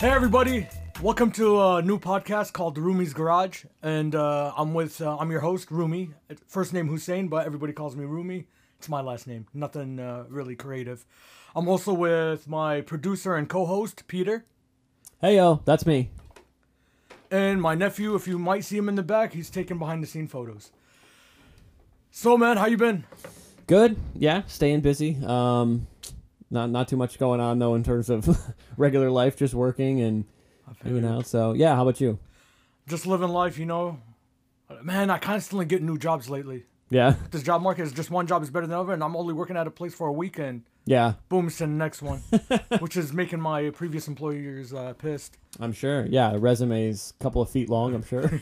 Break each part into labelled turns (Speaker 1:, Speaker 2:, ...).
Speaker 1: Hey everybody, welcome to a new podcast called Rumi's Garage, and uh, I'm with uh, I'm your host Rumi. First name Hussein, but everybody calls me Rumi. It's my last name. Nothing uh, really creative. I'm also with my producer and co-host Peter,
Speaker 2: Hey yo, that's me.
Speaker 1: and my nephew. If you might see him in the back, he's taking behind the scene photos. So man, how you been?
Speaker 2: Good. Yeah, staying busy. Um, not not too much going on though in terms of regular life, just working and hanging out. So yeah, how about you?
Speaker 1: Just living life, you know. Man, I constantly get new jobs lately.
Speaker 2: Yeah,
Speaker 1: This job market is just one job is better than another, and I'm only working at a place for a weekend.
Speaker 2: yeah,
Speaker 1: boom, send the next one, which is making my previous employers uh, pissed
Speaker 2: I'm sure. Yeah, resumes couple of feet long. I'm sure.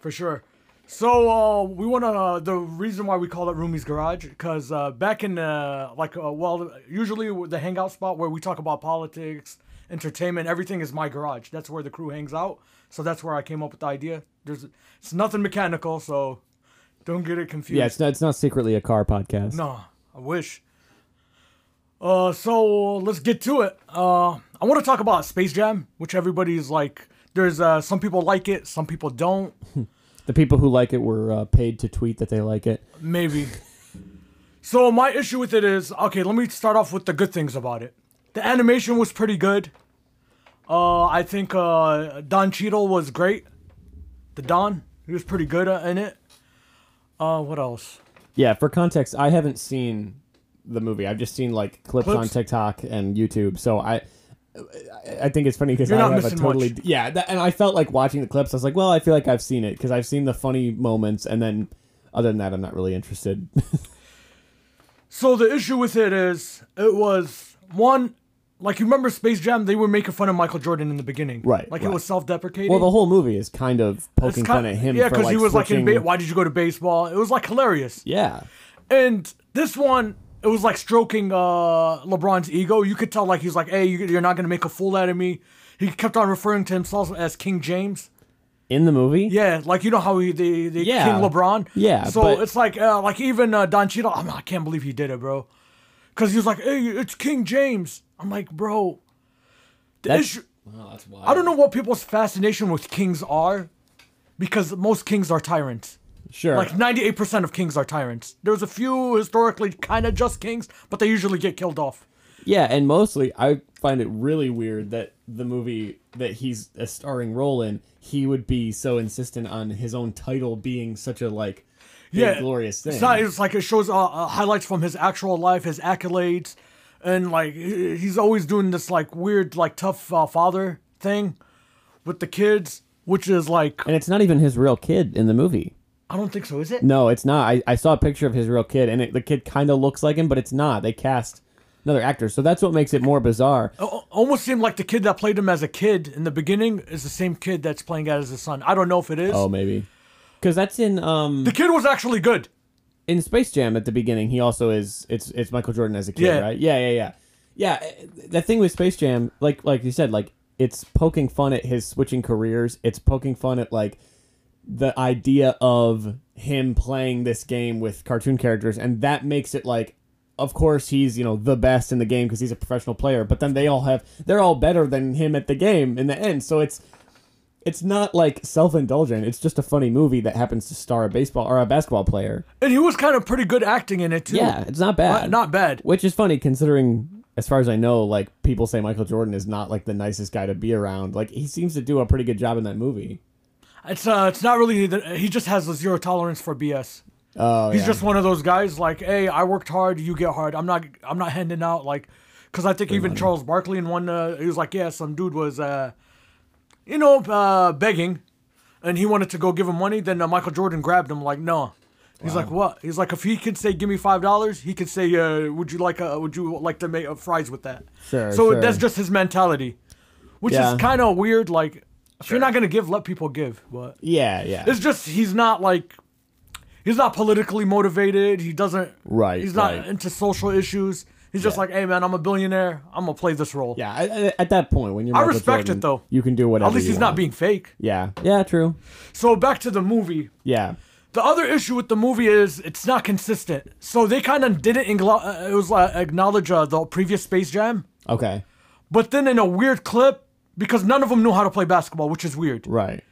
Speaker 1: for sure. So uh, we want to. Uh, the reason why we call it Rumi's Garage, because uh, back in uh, like uh, well, usually the hangout spot where we talk about politics, entertainment, everything is my garage. That's where the crew hangs out. So that's where I came up with the idea. There's it's nothing mechanical, so don't get it confused.
Speaker 2: yeah, it's not it's not secretly a car podcast.
Speaker 1: No, I wish. Uh, so let's get to it. Uh, I want to talk about Space Jam, which everybody's like. There's uh, some people like it, some people don't.
Speaker 2: The people who like it were uh, paid to tweet that they like it.
Speaker 1: Maybe. so my issue with it is okay. Let me start off with the good things about it. The animation was pretty good. Uh, I think uh, Don Cheadle was great. The Don, he was pretty good uh, in it. Uh, what else?
Speaker 2: Yeah, for context, I haven't seen the movie. I've just seen like clips, on
Speaker 1: Clips?
Speaker 2: TikTok and YouTube. So I, I- I think it's funny because I
Speaker 1: You're not
Speaker 2: have a
Speaker 1: missing
Speaker 2: totally
Speaker 1: much.
Speaker 2: yeah. That, and I felt like watching the clips. I was like, well, I feel like I've seen it because I've seen the funny moments, and then other than that, I'm not really interested.
Speaker 1: So the issue with it is, it was one, like you remember Space Jam, they were making fun of Michael Jordan in the beginning,
Speaker 2: Right,
Speaker 1: Like it
Speaker 2: right.
Speaker 1: was self-deprecating.
Speaker 2: well, the whole movie is kind of
Speaker 1: It's
Speaker 2: poking
Speaker 1: kind-
Speaker 2: fun at him.
Speaker 1: yeah,
Speaker 2: because
Speaker 1: he was like, in
Speaker 2: switching-
Speaker 1: ba- why did you go to baseball? It was like hilarious.
Speaker 2: yeah,
Speaker 1: And this one, it was like stroking uh, LeBron's ego. You could tell, like he's like, hey, you, you're not gonna make a fool out of me. He kept on referring to himself as King James.
Speaker 2: in the movie.
Speaker 1: Yeah, like you know how he they, they
Speaker 2: Yeah.
Speaker 1: King LeBron.
Speaker 2: Yeah,
Speaker 1: So
Speaker 2: but-
Speaker 1: it's like uh, like even uh, Don Cheadle. I'm, I can't believe he did it, bro. Because he was like, "Hey, it's King James." I'm like, bro. The
Speaker 2: That's-
Speaker 1: issue.
Speaker 2: Wow, Oh, that's wild.
Speaker 1: I don't know what people's fascination with kings are, because most kings are tyrants.
Speaker 2: Sure.
Speaker 1: Like 98% of kings are tyrants. There's a few historically kind of just kings, but they usually get killed off.
Speaker 2: Yeah, and mostly I find it really weird that the movie that he's a starring role in, he would be so insistent on his own title being such a like big,
Speaker 1: Yeah,
Speaker 2: glorious thing.
Speaker 1: It's, not, it's like it shows uh, uh, highlights from his actual life, his accolades, and like he- he's always doing this like weird, like tough uh, father thing with the kids, which is like
Speaker 2: and it's not even his real kid in the movie.
Speaker 1: I don't think so, is it?
Speaker 2: No, it's not. I, I saw a picture of his real kid, and it, the kid kind of looks like him, but it's not. They cast another actor, so that's what makes it more bizarre.
Speaker 1: Al- Almost seemed like the kid that played him as a kid in the beginning is the same kid that's playing as his son. I don't know if it is.
Speaker 2: Oh, maybe because that's in um
Speaker 1: The kid was actually good.
Speaker 2: in Space Jam at the beginning, he also is. It's it's Michael Jordan as a kid,
Speaker 1: Yeah.
Speaker 2: right? Yeah, yeah, yeah, yeah. eh, The thing with Space Jam, like like you said, like it's poking fun at his switching careers. It's poking fun at like the idea of him playing this game with cartoon characters, and that makes it like. Of course, he's you know the best in the game because he's a professional player. But then they all have they're all better than him at the game in the end. So it's it's not like self indulgent. It's just a funny movie that happens to star a baseball or a basketball player.
Speaker 1: And he was kind of pretty good acting in it too.
Speaker 2: Yeah, it's not bad.
Speaker 1: Uh, not bad.
Speaker 2: Which is funny considering, as far as I know, like people say Michael Jordan is not like the nicest guy to be around. Like he seems to do a pretty good job in that movie.
Speaker 1: It's uh, it's not really. The, he just has a zero tolerance for BS.
Speaker 2: Oh,
Speaker 1: He's
Speaker 2: yeah.
Speaker 1: just one of those guys. Like, hey, I worked hard, you get hard. I'm not, I'm not handing out like, because I think even Charles Barkley in one, uh, he was like, yeah, some dude was, uh, you know, uh, begging, and he wanted to go give him money. Then uh, Michael Jordan grabbed him like, no. He's like, what? He's like, if he could say, give me five dollars, he could say, uh, would you like, uh, would you like to make uh, fries with that?
Speaker 2: Sure,
Speaker 1: So
Speaker 2: sure.
Speaker 1: that's just his mentality, which
Speaker 2: Yeah.
Speaker 1: is kind of weird. Like, if you're not gonna give, let people give. But
Speaker 2: yeah, yeah.
Speaker 1: it's just he's not like he's not politically motivated. He doesn't
Speaker 2: Right,
Speaker 1: He's not
Speaker 2: right.
Speaker 1: into social issues. He's just like, hey man, I'm a billionaire. I'm gonna play this role.
Speaker 2: yeah, I, I- at that point when you're,
Speaker 1: I
Speaker 2: Michael
Speaker 1: respect
Speaker 2: Jordan,
Speaker 1: it, though.
Speaker 2: You can do whatever.
Speaker 1: At least
Speaker 2: you
Speaker 1: he's not
Speaker 2: want.
Speaker 1: being fake.
Speaker 2: Yeah, yeah, true.
Speaker 1: So back to the movie.
Speaker 2: Yeah,
Speaker 1: The other issue with the movie is it's not consistent. So they kind of didn't englo- uh, it was uh, acknowledge uh, the previous Space Jam.
Speaker 2: okay.
Speaker 1: But then in a weird clip, because none of them knew how to play basketball, which is weird.
Speaker 2: Right.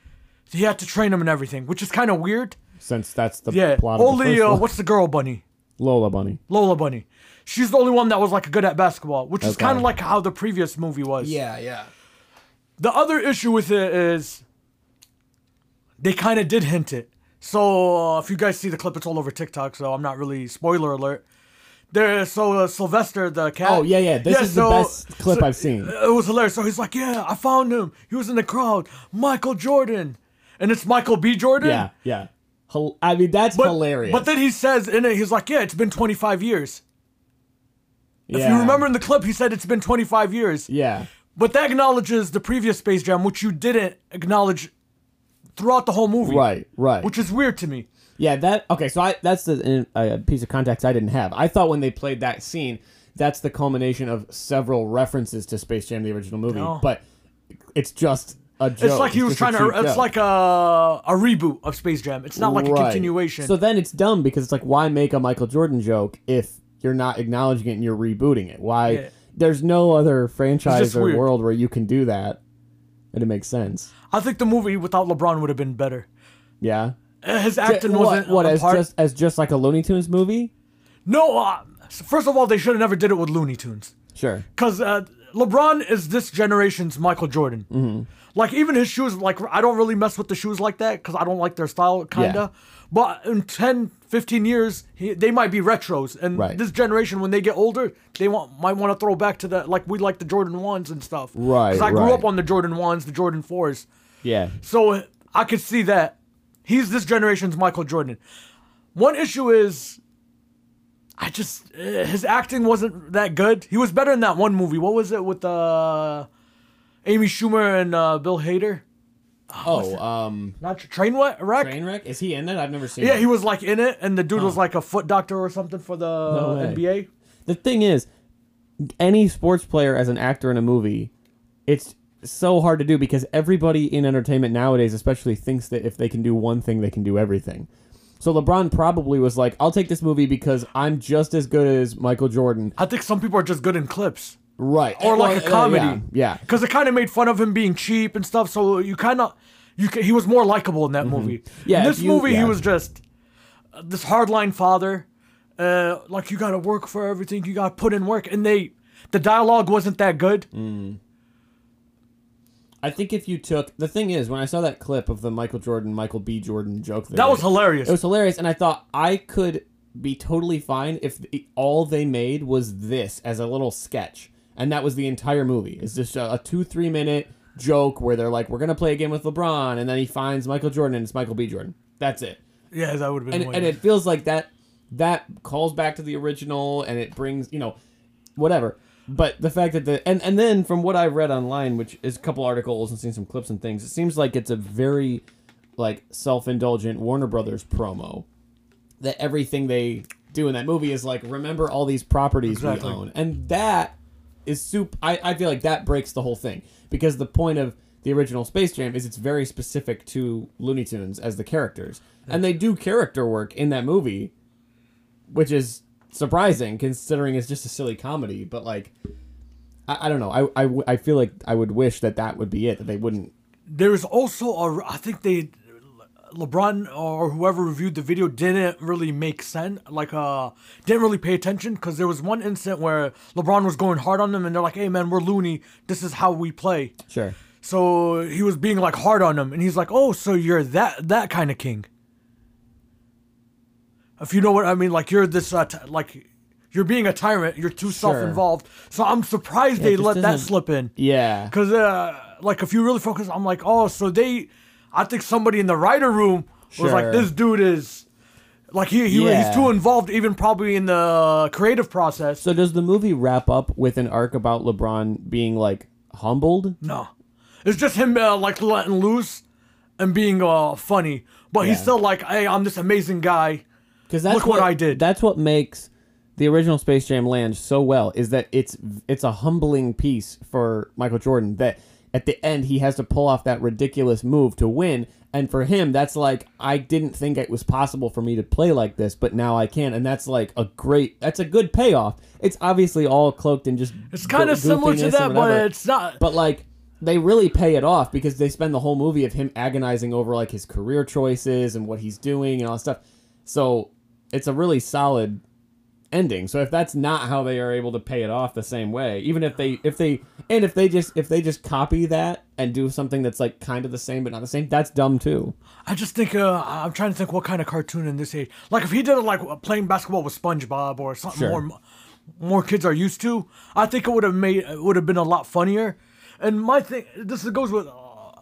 Speaker 1: He had to train them and everything, which is kind of weird.
Speaker 2: Since that's the
Speaker 1: Yeah.
Speaker 2: plot of the
Speaker 1: Only
Speaker 2: first
Speaker 1: uh,
Speaker 2: one.
Speaker 1: what's the girl bunny?
Speaker 2: Lola Bunny.
Speaker 1: Lola Bunny. She's the only one that was like good at basketball, which is
Speaker 2: Okay.
Speaker 1: kind of like how the previous movie was.
Speaker 3: Yeah, yeah.
Speaker 1: The other issue with it is they kind of did hint it. So uh, if you guys see the clip, it's all over TikTok. So I'm not really spoiler alert. There, so uh, Sylvester the cat.
Speaker 2: Oh yeah, yeah. This is
Speaker 1: so-
Speaker 2: the best clip
Speaker 1: so- uh,
Speaker 2: I've seen.
Speaker 1: It was hilarious. So he's like, "Yeah, I found him. He was in the crowd. Michael Jordan." And it's Michael B. Jordan.
Speaker 2: Yeah, yeah. Hil- I mean, that's
Speaker 1: But,
Speaker 2: hilarious.
Speaker 1: But then he says in it, he's like, "Yeah, it's been 25 years." If you
Speaker 2: Yeah.
Speaker 1: remember in the clip, he said it's been 25 years.
Speaker 2: yeah,
Speaker 1: But that acknowledges the previous Space Jam, which you didn't acknowledge throughout the whole movie.
Speaker 2: right, right.
Speaker 1: Which is weird to me.
Speaker 2: yeah, that okay. So I that's the uh, uh, piece of context I didn't have. I thought when they played that scene, that's the culmination of several references to Space Jam, the original movie.
Speaker 1: No.
Speaker 2: But it's just a joke.
Speaker 1: It's like he was
Speaker 2: just a
Speaker 1: trying to.
Speaker 2: cheap
Speaker 1: It's
Speaker 2: joke.
Speaker 1: like a a reboot of Space Jam. It's not like a
Speaker 2: Right.
Speaker 1: continuation.
Speaker 2: So then it's dumb because it's like, why make a Michael Jordan joke if you're not acknowledging it and you're rebooting it? Why?
Speaker 1: Yeah.
Speaker 2: There's no other franchise or
Speaker 1: weird.
Speaker 2: world where you can do that, and it makes sense.
Speaker 1: I think the movie without LeBron would have been better.
Speaker 2: Yeah.
Speaker 1: Uh, His acting
Speaker 2: what,
Speaker 1: wasn't
Speaker 2: what
Speaker 1: on
Speaker 2: as
Speaker 1: par.
Speaker 2: just as just like a Looney Tunes movie?
Speaker 1: No, uh, first of all, they should have never did it with Looney Tunes.
Speaker 2: Sure.
Speaker 1: Because uh, LeBron is this generation's Michael Jordan.
Speaker 2: Mm-hmm.
Speaker 1: Like, even his shoes, like, I don't really mess with the shoes like that because I don't like their style, kind of. But in 10, 15 years, he, they might be retros. And
Speaker 2: Right.
Speaker 1: this generation, when they get older, they want might want to throw back to the, like, we like the Jordan 1s and stuff.
Speaker 2: Right,
Speaker 1: I grew
Speaker 2: right.
Speaker 1: up on the Jordan 1s, the Jordan 4s.
Speaker 2: Yeah.
Speaker 1: So I could see that. He's this generation's Michael Jordan. One issue is I just eh, his acting wasn't that good. He was better in that one movie. What was it with uh Amy Schumer and uh, Bill Hader?
Speaker 2: Oh, um,
Speaker 1: Not tr- train what wreck?
Speaker 2: Trainwreck. Is he in that? I've never seen.
Speaker 1: Yeah,
Speaker 2: it.
Speaker 1: he was like in it, and the dude was like a foot doctor or something for the
Speaker 2: Oh. No way.
Speaker 1: NBA.
Speaker 2: The thing is, any sports player as an actor in a movie, it's so hard to do because everybody in entertainment nowadays, especially, thinks that if they can do one thing, they can do everything. So LeBron probably was like, "I'll take this movie because I'm just as good as Michael Jordan."
Speaker 1: I think some people are just good in clips.
Speaker 2: Right.
Speaker 1: or like
Speaker 2: Well,
Speaker 1: a comedy.
Speaker 2: Yeah. yeah.
Speaker 1: Because it kind of made fun of him being cheap and stuff. So you kind of, you ca he was more likable in that movie.
Speaker 2: Mm-hmm. Yeah,
Speaker 1: In
Speaker 2: if
Speaker 1: this
Speaker 2: you-
Speaker 1: movie, he
Speaker 2: yeah.
Speaker 1: was just uh, this hardline father. Uh, like you gotta work for everything. You gotta put in work, and they, the dialogue wasn't that good.
Speaker 2: Mm. I think if you took the thing is when I saw that clip of the Michael Jordan, Michael B. Jordan joke, they
Speaker 1: That
Speaker 2: made,
Speaker 1: was hilarious.
Speaker 2: It was hilarious, and I thought I could be totally fine if the, all they made was this as a little sketch, and that was the entire movie. It's just a, a two three minute joke where they're like, "We're gonna play a game with LeBron," and then he finds Michael Jordan, and it's Michael B. Jordan. That's it,
Speaker 1: yeah, that would have been.
Speaker 2: and
Speaker 1: way
Speaker 2: and it feels like that that calls back to the original, and it brings you know whatever. But the fact that the and and then from what I've read online, which is a couple articles and seen some clips and things, it seems like it's a very like self-indulgent Warner Brothers promo that everything they do in that movie is like remember all these properties
Speaker 1: Exactly.
Speaker 2: we own, and that is soup. I I feel like that breaks the whole thing because the point of the original Space Jam is it's very specific to Looney Tunes as the characters, and they do character work in that movie which is surprising considering it's just a silly comedy. But like, I, I don't know. I, I w- I feel like I would wish that that would be it. That they wouldn't.
Speaker 1: there was also a I think they LeBron or whoever reviewed the video didn't really make sense like uh didn't really pay attention because there was one incident where LeBron was going hard on them and they're like hey man we're loony this is how we play
Speaker 2: Sure.
Speaker 1: so he was being like hard on him and he's like oh so you're that that kind of king if you know what I mean like you're this uh, t- like you're being a tyrant you're too self-involved so I'm surprised they
Speaker 2: just
Speaker 1: let that
Speaker 2: doesn't-
Speaker 1: slip in
Speaker 2: Yeah.
Speaker 1: Cause uh, like if you really focus, I'm like, oh, so they, I think somebody in the writer room was like,
Speaker 2: Sure.
Speaker 1: this dude is, like he, he
Speaker 2: Yeah.
Speaker 1: he's too involved, even probably in the creative process.
Speaker 2: So does the movie wrap up with an arc about LeBron being like humbled?
Speaker 1: no, it's just him uh, like letting loose and being uh funny, but he's
Speaker 2: Yeah.
Speaker 1: still like, hey, I'm this amazing guy.
Speaker 2: Because that's
Speaker 1: Look what I did.
Speaker 2: That's what makes the original Space Jam land so well is that it's it's a humbling piece for Michael Jordan that at the end he has to pull off that ridiculous move to win, And for him, that's like I didn't think it was possible for me to play like this, but now I can, and that's like a great, that's a good payoff. It's obviously all cloaked in just
Speaker 1: It's kind of similar to that, but it's not.
Speaker 2: but like they really pay it off because they spend the whole movie of him agonizing over like his career choices and what he's doing and all that stuff. So it's a really solid ending. So if that's not how they are able to pay it off the same way, even if they if they and if they just if they just copy that and do something that's like kind of the same but not the same, that's dumb too.
Speaker 1: I just think uh, I'm trying to think what kind of cartoon in this age. Like if he did it like playing basketball with SpongeBob or something
Speaker 2: Sure.
Speaker 1: more more kids are used to, I think it would have made it would have been a lot funnier. And my thing, this goes with, uh,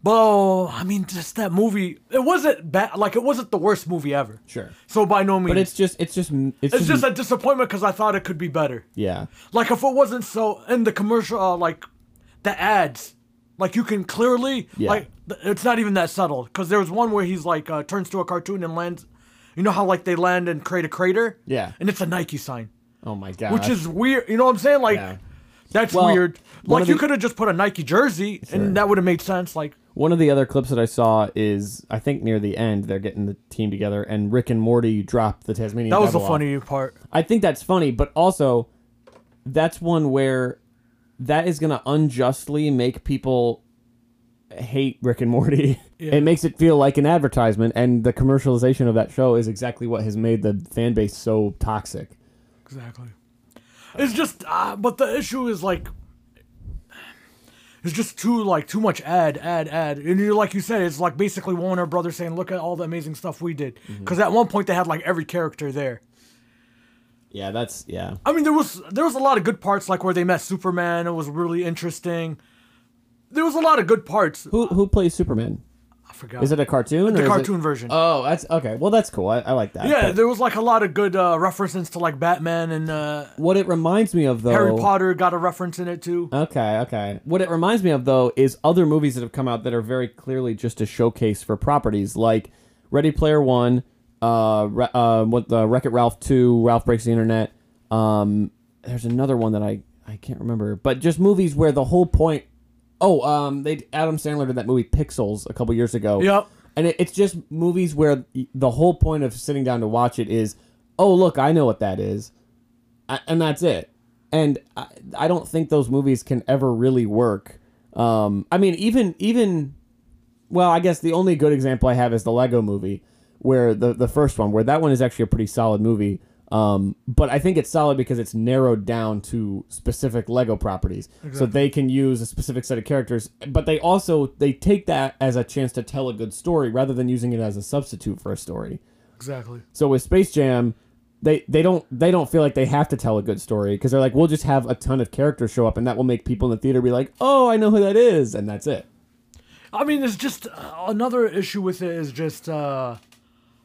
Speaker 1: but oh, I mean, just that movie. It wasn't bad. Like it wasn't the worst movie ever.
Speaker 2: Sure.
Speaker 1: So by no means.
Speaker 2: But it's just it's just it's,
Speaker 1: it's just a disappointment because I thought it could be better.
Speaker 2: yeah.
Speaker 1: Like if it wasn't so in the commercial, uh, like the ads, like you can clearly
Speaker 2: Yeah.
Speaker 1: like th- it's not even that subtle. Because there was one where he's like uh, turns to a cartoon and lands. You know how like they land and create a crater.
Speaker 2: Yeah.
Speaker 1: And it's a Nike sign,
Speaker 2: Oh my god.
Speaker 1: which is weird. You know what I'm saying? Like
Speaker 2: Yeah.
Speaker 1: that's
Speaker 2: Well,
Speaker 1: weird.
Speaker 2: one
Speaker 1: Like
Speaker 2: of
Speaker 1: you
Speaker 2: the-
Speaker 1: could have just put a Nike jersey
Speaker 2: Sure.
Speaker 1: and that would have made sense. Like
Speaker 2: One of the other clips that I saw is I think near the end they're getting the team together and Rick and Morty drop the Tasmanian.
Speaker 1: that was the
Speaker 2: Devil off.
Speaker 1: funny part.
Speaker 2: I think that's funny, but also that's one where that is going to unjustly make people hate Rick and Morty.
Speaker 1: Yeah.
Speaker 2: It makes it feel like an advertisement, and the commercialization of that show is exactly what has made the fan base so toxic.
Speaker 1: Exactly. It's just, uh, but the issue is like, it's just too like too much ad, ad, ad, and you're like you said, it's like basically Warner Brothers saying, "Look at all the amazing stuff we did,"
Speaker 2: Mm-hmm.
Speaker 1: because at one point they had like every character there.
Speaker 2: Yeah, that's yeah.
Speaker 1: I mean, there was there was a lot of good parts, like where they met Superman. It was really interesting. There was a lot of good parts.
Speaker 2: Who who plays Superman?
Speaker 1: I forgot.
Speaker 2: Is it a cartoon?
Speaker 1: the
Speaker 2: or is it-
Speaker 1: cartoon version?
Speaker 2: Oh, that's okay. Well, that's cool. I, I like that.
Speaker 1: yeah,
Speaker 2: But
Speaker 1: there was like a lot of good uh, references to like Batman and uh,
Speaker 2: what it reminds me of though.
Speaker 1: Harry Potter got a reference in it too.
Speaker 2: Okay, okay. What it reminds me of though is other movies that have come out that are very clearly just a showcase for properties like Ready Player One, uh, Re- uh what the Wreck It Ralph Two, Ralph Breaks the Internet. Um, there's another one that I I can't remember, but just movies where the whole point. Oh, um, they Adam Sandler did that movie Pixels a couple years ago.
Speaker 1: Yep.
Speaker 2: And it, it's just movies where the whole point of sitting down to watch it is, oh look, I know what that is I, and that's it. And I, I don't think those movies can ever really work. Um, I mean, even even, well, I guess the only good example I have is the Lego Movie, where the the first one, where that one is actually a pretty solid movie. Um, but I think it's solid because it's narrowed down to specific Lego properties, so they can use a specific set of characters. But they also they take that as a chance to tell a good story rather than using it as a substitute for a story.
Speaker 1: Exactly.
Speaker 2: So with Space Jam, they they don't they don't feel like they have to tell a good story because they're like, we'll just have a ton of characters show up, and that will make people in the theater be like, oh, I know who that is, and that's it.
Speaker 1: I mean, it's just uh, another issue with it is just uh,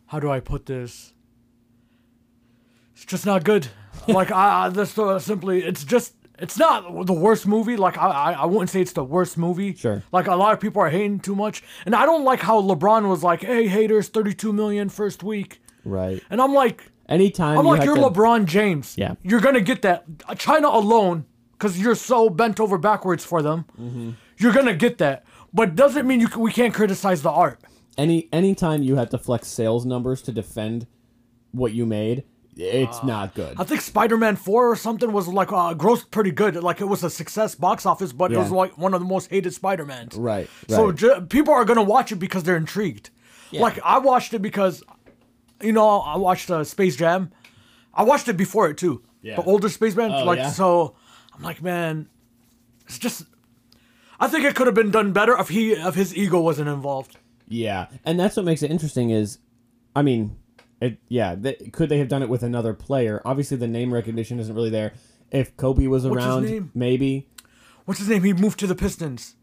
Speaker 1: how do I put this? It's just not good. like I, I this uh, simply, it's just it's not the worst movie. Like I, I, I wouldn't say it's the worst movie.
Speaker 2: Sure.
Speaker 1: Like a lot of people are hating too much, and I don't like how LeBron was like, "Hey, haters, 32 million first week,"
Speaker 2: Right.
Speaker 1: and I'm like,
Speaker 2: Anytime
Speaker 1: I'm
Speaker 2: you
Speaker 1: like,
Speaker 2: have
Speaker 1: you're
Speaker 2: to-
Speaker 1: LeBron James.
Speaker 2: Yeah.
Speaker 1: You're going to get that. uh, China alone, because you're so bent over backwards for them,
Speaker 2: Mm-hmm.
Speaker 1: you're going to get that. But doesn't mean you can, we can't criticize the art.
Speaker 2: any anytime you have to flex sales numbers to defend what you made, it's
Speaker 1: Ah.
Speaker 2: not good.
Speaker 1: I think Spider Man 4 or something was like uh, grossed pretty good. Like it was a success box office, but it was
Speaker 2: Yeah.
Speaker 1: like one of the most hated Spider Mans.
Speaker 2: Right,
Speaker 1: So
Speaker 2: right.
Speaker 1: ju- people are going to watch it because they're intrigued. Like I watched it because, you know, I watched uh, Space Jam. I watched it before it too.
Speaker 2: Yeah.
Speaker 1: The older Space Jam.
Speaker 2: Oh,
Speaker 1: like,
Speaker 2: yeah?
Speaker 1: so I'm like, man, it's just. I think it could have been done better if he if his ego wasn't involved.
Speaker 2: Yeah, and that's what makes it interesting. Is, I mean, it, yeah, th- could they have done it with another player? Obviously, the name recognition isn't really there. If Kobe was
Speaker 1: his
Speaker 2: around,
Speaker 1: name?
Speaker 2: maybe
Speaker 1: What's his name? He moved to the Pistons.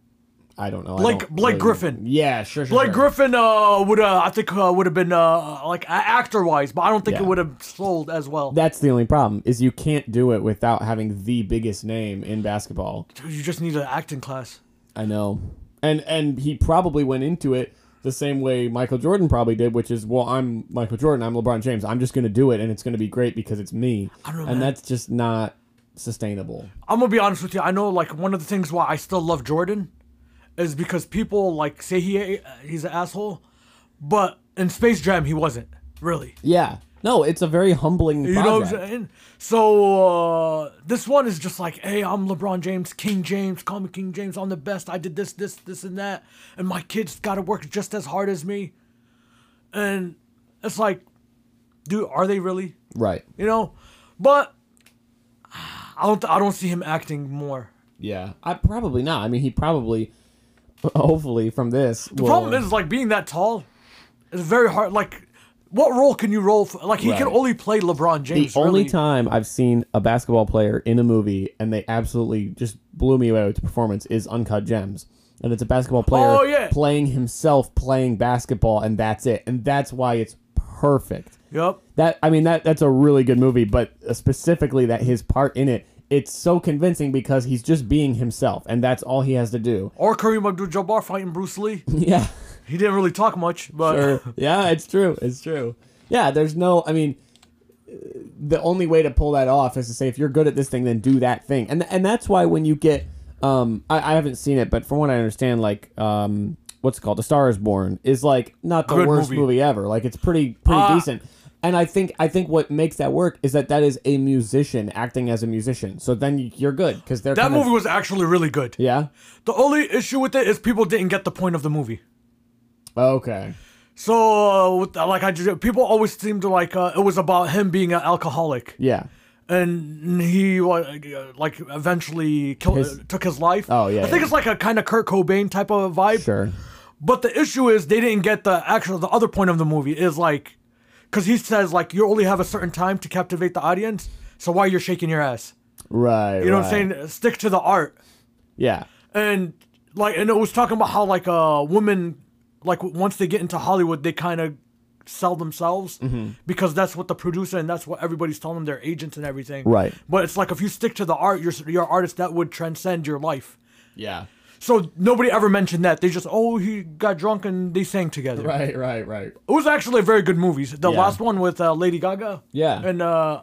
Speaker 2: I don't know. I
Speaker 1: Blake-
Speaker 2: don't
Speaker 1: Blake Griffin.
Speaker 2: Yeah, sure. sure
Speaker 1: Blake
Speaker 2: sure.
Speaker 1: Griffin uh, would uh, I think uh, would have been uh, like actor wise, but I don't think
Speaker 2: Yeah.
Speaker 1: it would have sold as well.
Speaker 2: That's the only problem is you can't do it without having the biggest name in basketball.
Speaker 1: you just need an acting class.
Speaker 2: I know, and and he probably went into it the same way Michael Jordan probably did, which is, well, I'm Michael Jordan, I'm LeBron James, I'm just gonna do it, and it's gonna be great because it's me,
Speaker 1: I don't know,
Speaker 2: and
Speaker 1: man.
Speaker 2: that's just not sustainable.
Speaker 1: I'm gonna be honest with you. I know like one of the things why I still love Jordan is because people like say he uh, he's an asshole, but in Space Jam he wasn't really.
Speaker 2: Yeah. No, it's a very humbling
Speaker 1: You know what
Speaker 2: project.
Speaker 1: I'm saying? So uh, this one is just like, hey, I'm LeBron James, King James, call me King James. I'm the best. I did this, this, this, and that, and my kids got to work just as hard as me. And it's like, dude, are they really?
Speaker 2: Right.
Speaker 1: You know, but I don't. I don't see him acting more.
Speaker 2: Yeah. I probably not. I mean, he probably, hopefully, from this.
Speaker 1: The problem is like being that tall is very hard. Like, what role can you roll? For? Like he can
Speaker 2: Right.
Speaker 1: only play LeBron
Speaker 2: the
Speaker 1: James.
Speaker 2: only
Speaker 1: really.
Speaker 2: time I've seen a basketball player in a movie and they absolutely just blew me away with the performance is Uncut Gems. And it's a basketball player
Speaker 1: Oh, yeah.
Speaker 2: playing himself playing basketball and that's it. And that's why it's perfect.
Speaker 1: Yep.
Speaker 2: That I mean that that's a really good movie, but uh, specifically that his part in it, it's so convincing because he's just being himself and that's all he has to do.
Speaker 1: Or Kareem Abdul-Jabbar fighting Bruce Lee.
Speaker 2: Yeah.
Speaker 1: He didn't really talk much, but
Speaker 2: or yeah, it's true. It's true. Yeah, there's no. I mean, uh, the only way to pull that off is to say if you're good at this thing, then do that thing, and and that's why when you get, um, I, I haven't seen it, but from what I understand, like um, what's it called, The Star Is Born, is like not the
Speaker 1: Good
Speaker 2: worst
Speaker 1: movie.
Speaker 2: movie. ever. Like it's pretty pretty
Speaker 1: Ah.
Speaker 2: decent. And I think I think what makes that work is that that is a musician acting as a musician. So then you- you're good because they're
Speaker 1: that
Speaker 2: kind of-
Speaker 1: movie was actually really good.
Speaker 2: yeah.
Speaker 1: The only issue with it is people didn't get the point of the movie.
Speaker 2: Okay.
Speaker 1: So, uh, with, like I just, people always seem to like uh, it was about him being an alcoholic,
Speaker 2: Yeah.
Speaker 1: and he uh, like eventually killed, uh,
Speaker 2: His-
Speaker 1: took his life.
Speaker 2: Oh, yeah,
Speaker 1: I think
Speaker 2: yeah.
Speaker 1: it's like a kind of Kurt Cobain type of vibe.
Speaker 2: Sure.
Speaker 1: But the issue is they didn't get the actual the other point of the movie is like, because he says like you only have a certain time to captivate the audience, so why you're shaking your ass?
Speaker 2: Right.
Speaker 1: You know what I'm saying? Stick to the art.
Speaker 2: Yeah.
Speaker 1: and like and it was talking about how like a woman like once they get into hollywood they kind of sell themselves
Speaker 2: Mm-hmm.
Speaker 1: because that's what the producer and that's what everybody's telling them their agents and everything
Speaker 2: Right.
Speaker 1: but it's like if you stick to the art you're you're an artist that would transcend your life
Speaker 2: Yeah.
Speaker 1: so nobody ever mentioned that they just oh he got drunk and they sang together
Speaker 2: Right. Right. Right.
Speaker 1: it was actually a very good movie the
Speaker 2: Yeah.
Speaker 1: last one with uh, lady gaga
Speaker 2: Yeah.
Speaker 1: and uh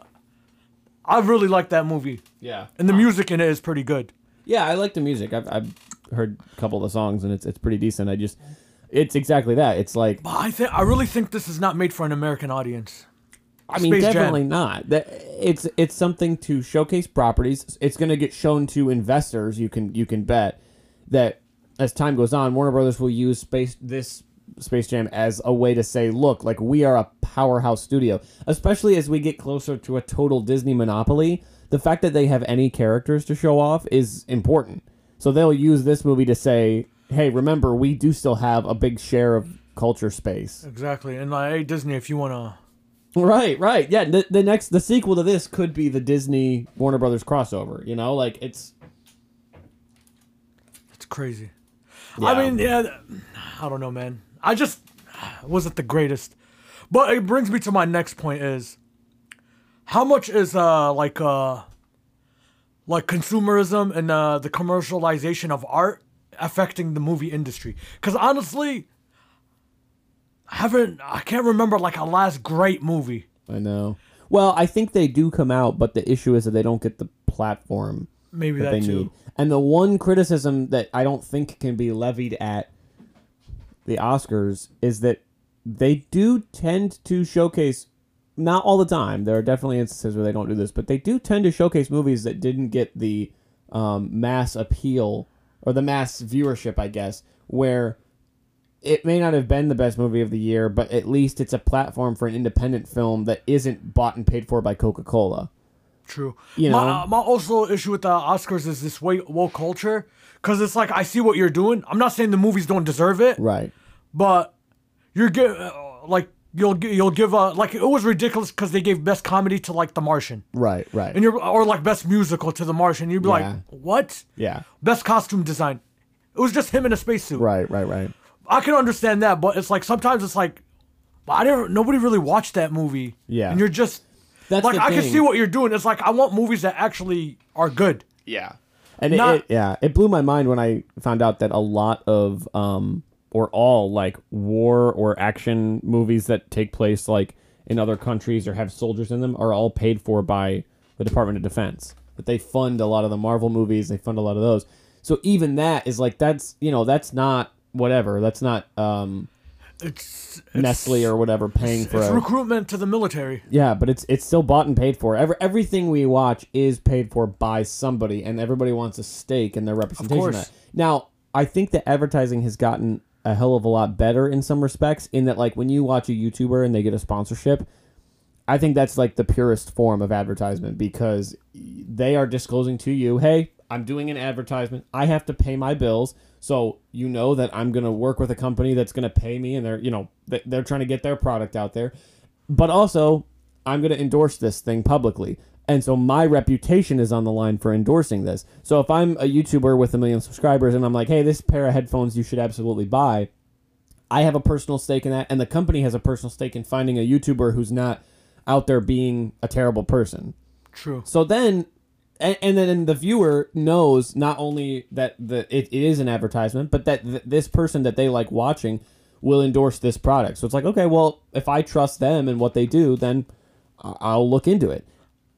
Speaker 1: i really liked that movie
Speaker 2: Yeah.
Speaker 1: and the music in it is pretty good
Speaker 2: Yeah, I like the music. I've, I've heard a couple of the songs, and it's it's pretty decent. I just, it's exactly that. It's like
Speaker 1: But I think I really think this is not made for an American audience.
Speaker 2: I mean,
Speaker 1: Space Jam.
Speaker 2: definitely not. That it's it's something to showcase properties. It's going to get shown to investors. You can you can bet that as time goes on, Warner Brothers will use space this Space Jam as a way to say, look, like we are a powerhouse studio. Especially as we get closer to a total Disney monopoly, the fact that they have any characters to show off is important. So they'll use this movie to say, hey, remember we do still have a big share of culture space.
Speaker 1: Exactly. And like, hey, Disney, if you wanna,
Speaker 2: Right, right. Yeah, the, the next the sequel to this could be the Disney Warner Brothers crossover, you know? Like it's
Speaker 1: it's crazy.
Speaker 2: Yeah.
Speaker 1: I mean, yeah, th- I don't know, man. I just wasn't the greatest. But it brings me to my next point: is how much is uh like uh like consumerism and uh the commercialization of art affecting the movie industry? Because honestly, I haven't I can't remember like a last great movie.
Speaker 2: I know. Well, I think they do come out, but the issue is that they don't get the platform
Speaker 1: Maybe
Speaker 2: that
Speaker 1: that,
Speaker 2: they
Speaker 1: too.
Speaker 2: need. And the one criticism that I don't think can be levied at the Oscars is that they do tend to showcase not all the time. There are definitely instances where they don't do this, but they do tend to showcase movies that didn't get the um, mass appeal or the mass viewership, I guess, where it may not have been the best movie of the year, but at least it's a platform for an independent film that isn't bought and paid for by Coca Cola.
Speaker 1: True.
Speaker 2: You
Speaker 1: my, uh,
Speaker 2: know?
Speaker 1: my also issue with the Oscars is this way woke culture, because it's like I see what you're doing. I'm not saying the movies don't deserve it,
Speaker 2: Right.
Speaker 1: but you're give like you'll gi- you'll give a like it was ridiculous because they gave best comedy to like The Martian,
Speaker 2: Right. Right.
Speaker 1: and you're or like best musical to The Martian. You'd be
Speaker 2: Yeah.
Speaker 1: like, what?
Speaker 2: yeah.
Speaker 1: Best costume design. It was just him in a spacesuit.
Speaker 2: Right. Right. Right.
Speaker 1: I can understand that, but it's like sometimes it's like I didn't. Nobody really watched that movie.
Speaker 2: Yeah.
Speaker 1: and you're just.
Speaker 2: That's
Speaker 1: like
Speaker 2: the
Speaker 1: I can
Speaker 2: thing.
Speaker 1: see what you're doing. It's like I want movies that actually are good.
Speaker 3: Yeah.
Speaker 2: And it-
Speaker 1: Not-
Speaker 2: it, yeah, it blew my mind when I found out that a lot of um or all like war or action movies that take place like in other countries or have soldiers in them are all paid for by the Department of Defense. That they fund a lot of the Marvel movies, they fund a lot of those. So even that is like that's you know that's not whatever. That's not um,
Speaker 1: It's, it's
Speaker 2: Nestle or whatever paying for
Speaker 1: It's
Speaker 2: a-
Speaker 1: recruitment to the military.
Speaker 2: yeah, but it's it's still bought and paid for. Every, everything we watch is paid for by somebody, and everybody wants a stake in their representation. Of
Speaker 1: course.
Speaker 2: that. Now, I think that advertising has gotten a hell of a lot better in some respects. In that, like when you watch a YouTuber and they get a sponsorship, I think that's like the purest form of advertisement because they are disclosing to you, hey, I'm doing an advertisement. I have to pay my bills. So you know that I'm going to work with a company that's going to pay me and they're, you know, th- they're trying to get their product out there. But also, I'm going to endorse this thing publicly. And so my reputation is on the line for endorsing this. So if I'm a YouTuber with a million subscribers and I'm like, hey, this pair of headphones you should absolutely buy, I have a personal stake in that, and the company has a personal stake in finding a YouTuber who's not out there being a terrible person.
Speaker 1: True.
Speaker 2: So then, and, and then the viewer knows not only that the it, it is an advertisement, but that th- this person that they like watching will endorse this product. So it's like, okay, well, if I trust them and what they do, then I- I'll look into it.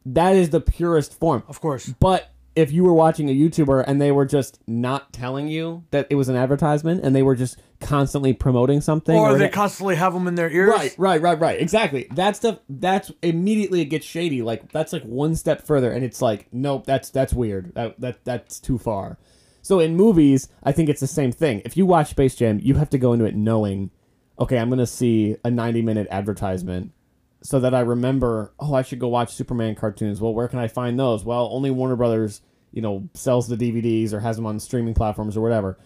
Speaker 2: That is the purest form.
Speaker 1: Of course.
Speaker 2: But if you were watching a YouTuber and they were just not telling you that it was an advertisement and they were just constantly promoting something
Speaker 1: Or they
Speaker 2: hit-
Speaker 1: constantly have them in their ears.
Speaker 2: Right, right, right, right. Exactly. That stuff. That's immediately it gets shady. Like that's like one step further, and it's like, nope, that's that's weird. That that that's too far. So in movies, I think it's the same thing. If you watch Space Jam, you have to go into it knowing, okay, I'm gonna see a 90 minute advertisement, so that I remember, oh, I should go watch Superman cartoons. Well, where can I find those? Well, only Warner Brothers, you know, sells the DVDs or has them on streaming platforms or whatever.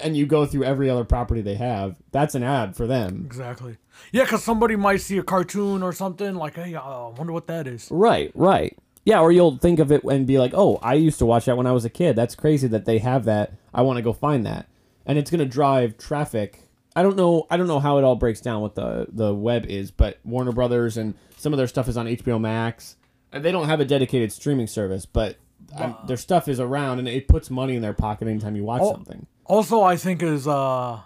Speaker 2: And you go through every other property they have. That's an ad for them.
Speaker 1: Exactly. Yeah, because somebody might see a cartoon or something like, hey, uh, I wonder what that is.
Speaker 2: Right, right. Yeah, or you'll think of it and be like, "Oh, I used to watch that when I was a kid. That's crazy that they have that. I want to go find that." And it's going to drive traffic. I don't know. I don't know how it all breaks down what the the web is, but Warner Brothers and some of their stuff is on HBO Max. And They don't have a dedicated streaming service, but um, their stuff is around, and it puts money in their pocket anytime you watch something.
Speaker 1: Also, I think is uh,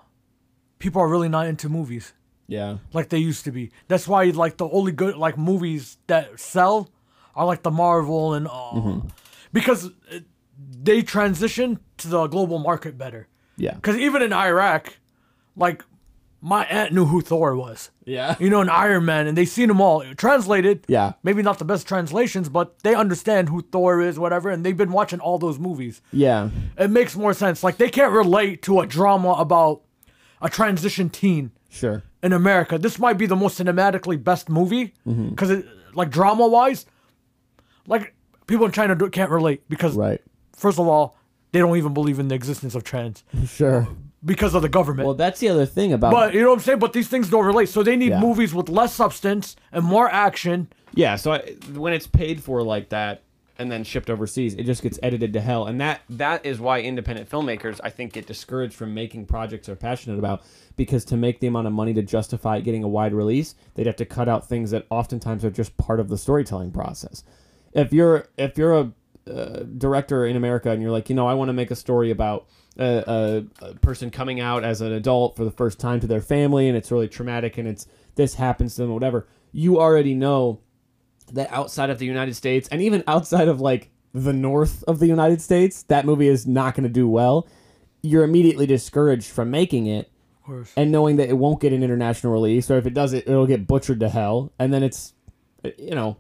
Speaker 1: people are really not into movies
Speaker 2: Yeah,
Speaker 1: like they used to be. That's why like the only good like movies that sell are like the Marvel and uh, because uh, they transition to the global market better.
Speaker 2: yeah,
Speaker 1: Because even in Iraq, like my aunt knew who Thor was.
Speaker 2: yeah,
Speaker 1: You know, an Iron Man, and they seen them all translated.
Speaker 2: yeah.
Speaker 1: Maybe not the best translations, but they understand who Thor is, whatever, and they've been watching all those movies.
Speaker 2: Yeah,
Speaker 1: It makes more sense. Like they can't relate to a drama about a transition teen
Speaker 2: sure.
Speaker 1: in America. This might be the most cinematically best movie
Speaker 2: Mm-hmm.
Speaker 1: because, like, drama wise, like people in China do, can't relate because,
Speaker 2: Right.
Speaker 1: first of all, they don't even believe in the existence of trans
Speaker 2: Sure.
Speaker 1: because of the government.
Speaker 2: Well, that's the other thing about
Speaker 1: but you know what I'm saying? But these things don't relate. So they need
Speaker 2: Yeah.
Speaker 1: movies with less substance and more action.
Speaker 2: Yeah, so I, when it's paid for like that and then shipped overseas, it just gets edited to hell, and that that is why independent filmmakers I think get discouraged from making projects they're passionate about because to make the amount of money to justify getting a wide release, they'd have to cut out things that oftentimes are just part of the storytelling process. If you're if you're a uh, director in America and you're like, you know, I want to make a story about a, a, a person coming out as an adult for the first time to their family and it's really traumatic and it's this happens to them, whatever. You already know that outside of the United States and even outside of like the north of the United States, that movie is not going to do well. You're immediately discouraged from making it
Speaker 1: Of course.
Speaker 2: and knowing that it won't get an international release, or if it does it, it'll get butchered to hell. And then it's, you know,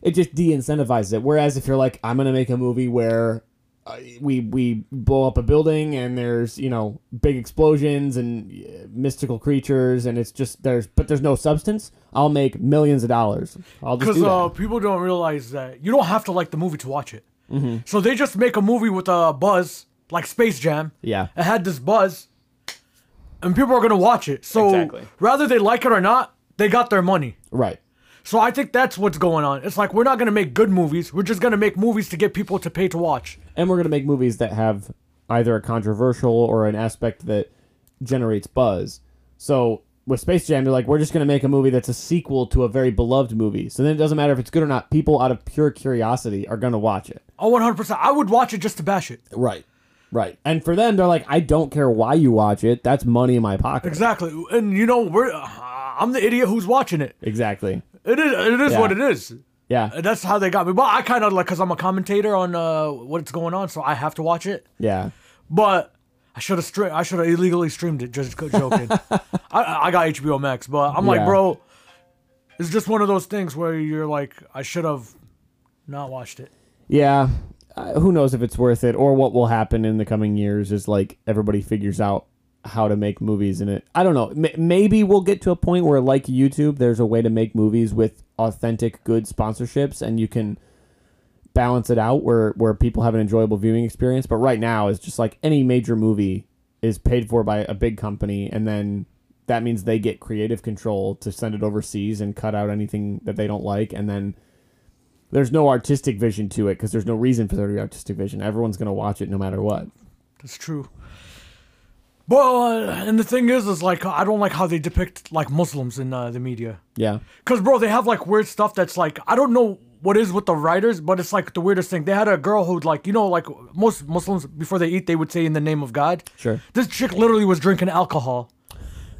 Speaker 2: it just de-incentivizes it. Whereas if you're like, I'm gonna make a movie where uh, we we blow up a building and there's you know big explosions and uh, mystical creatures and it's just there's but there's no substance. I'll make millions of dollars. I'll just
Speaker 1: Because
Speaker 2: do that.
Speaker 1: uh, people don't realize that you don't have to like the movie to watch it.
Speaker 2: Mm-hmm.
Speaker 1: So they just make a movie with a buzz, like Space Jam.
Speaker 2: Yeah.
Speaker 1: It had this buzz, and people are gonna watch it. So
Speaker 2: Exactly.
Speaker 1: whether they like it or not, they got their money.
Speaker 2: right.
Speaker 1: So I think that's what's going on. It's like we're not gonna make good movies. We're just gonna make movies to get people to pay to watch.
Speaker 2: and we're going to make movies that have either a controversial or an aspect that generates buzz. So with Space Jam, you're like, we're just going to make a movie that's a sequel to a very beloved movie. So then it doesn't matter if it's good or not. People, out of pure curiosity, are going to watch it.
Speaker 1: Oh, 100. percent I would watch it just to bash it.
Speaker 2: Right. Right. And for them, they're like, I don't care why you watch it. That's money in my pocket.
Speaker 1: Exactly. And you know, we're uh, I'm the idiot who's watching it.
Speaker 2: Exactly.
Speaker 1: It is. It is
Speaker 2: Yeah.
Speaker 1: what it is.
Speaker 2: Yeah.
Speaker 1: And that's how they got me. But I kind of like because I'm a commentator on uh, what's going on, so I have to watch it.
Speaker 2: Yeah.
Speaker 1: But I should have stre- I should have illegally streamed it. Just co- joking. I, I got HBO Max, but I'm like,
Speaker 2: Yeah.
Speaker 1: bro, it's just one of those things where you're like, I should have not watched it.
Speaker 2: Yeah. Uh, who knows if it's worth it or what will happen in the coming years is like everybody figures out how to make movies in it. I don't know. M- maybe we'll get to a point where like YouTube there's a way to make movies with authentic good sponsorships and you can balance it out where where people have an enjoyable viewing experience, but right now it's just like any major movie is paid for by a big company and then that means they get creative control to send it overseas and cut out anything that they don't like and then there's no artistic vision to it because there's no reason for there to be artistic vision. Everyone's gonna watch it no matter what.
Speaker 1: That's true. Well, uh, and the thing is, is like I don't like how they depict like Muslims in uh, the media.
Speaker 2: Yeah,
Speaker 1: Cause bro, they have like weird stuff that's like I don't know what is with the writers, but it's like the weirdest thing. They had a girl who'd like you know like most Muslims before they eat they would say in the name of God.
Speaker 2: Sure.
Speaker 1: This chick literally was drinking alcohol,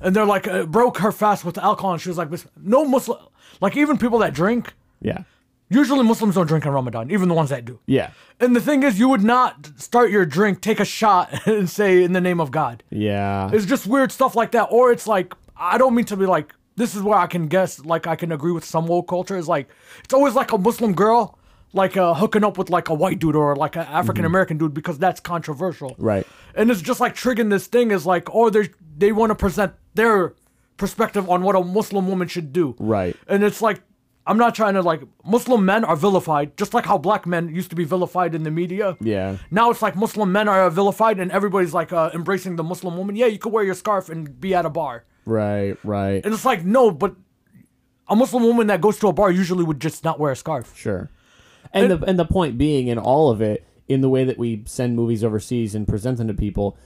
Speaker 1: and they're like uh, broke her fast with alcohol, and she was like "Bis- no Muslim like even people that drink
Speaker 2: yeah,
Speaker 1: usually Muslims don't drink in Ramadan, even the ones that do.
Speaker 2: yeah,
Speaker 1: And the thing is, you would not start your drink, take a shot, and say in the name of God.
Speaker 2: yeah,
Speaker 1: It's just weird stuff like that. Or it's like, I don't mean to be like, this is where I can guess, like, I can agree with some woke culture. It's like, it's always like a Muslim girl, like, uh, hooking up with, like, a white dude or, like, an African American dude because that's controversial.
Speaker 2: Right.
Speaker 1: And it's just like triggering this thing is like, or they they want to present their perspective on what a Muslim woman should do.
Speaker 2: Right.
Speaker 1: And it's like, I'm not trying to, like, Muslim men are vilified, just like how black men used to be vilified in the media.
Speaker 2: yeah,
Speaker 1: Now it's like Muslim men are uh, vilified and everybody's like uh, embracing the Muslim woman. Yeah, you could wear your scarf and be at a bar.
Speaker 2: right, right,
Speaker 1: And it's like, no, but a Muslim woman that goes to a bar usually would just not wear a scarf.
Speaker 2: sure. And, the and the point being in all of it, in the way that we send movies overseas and present them to people,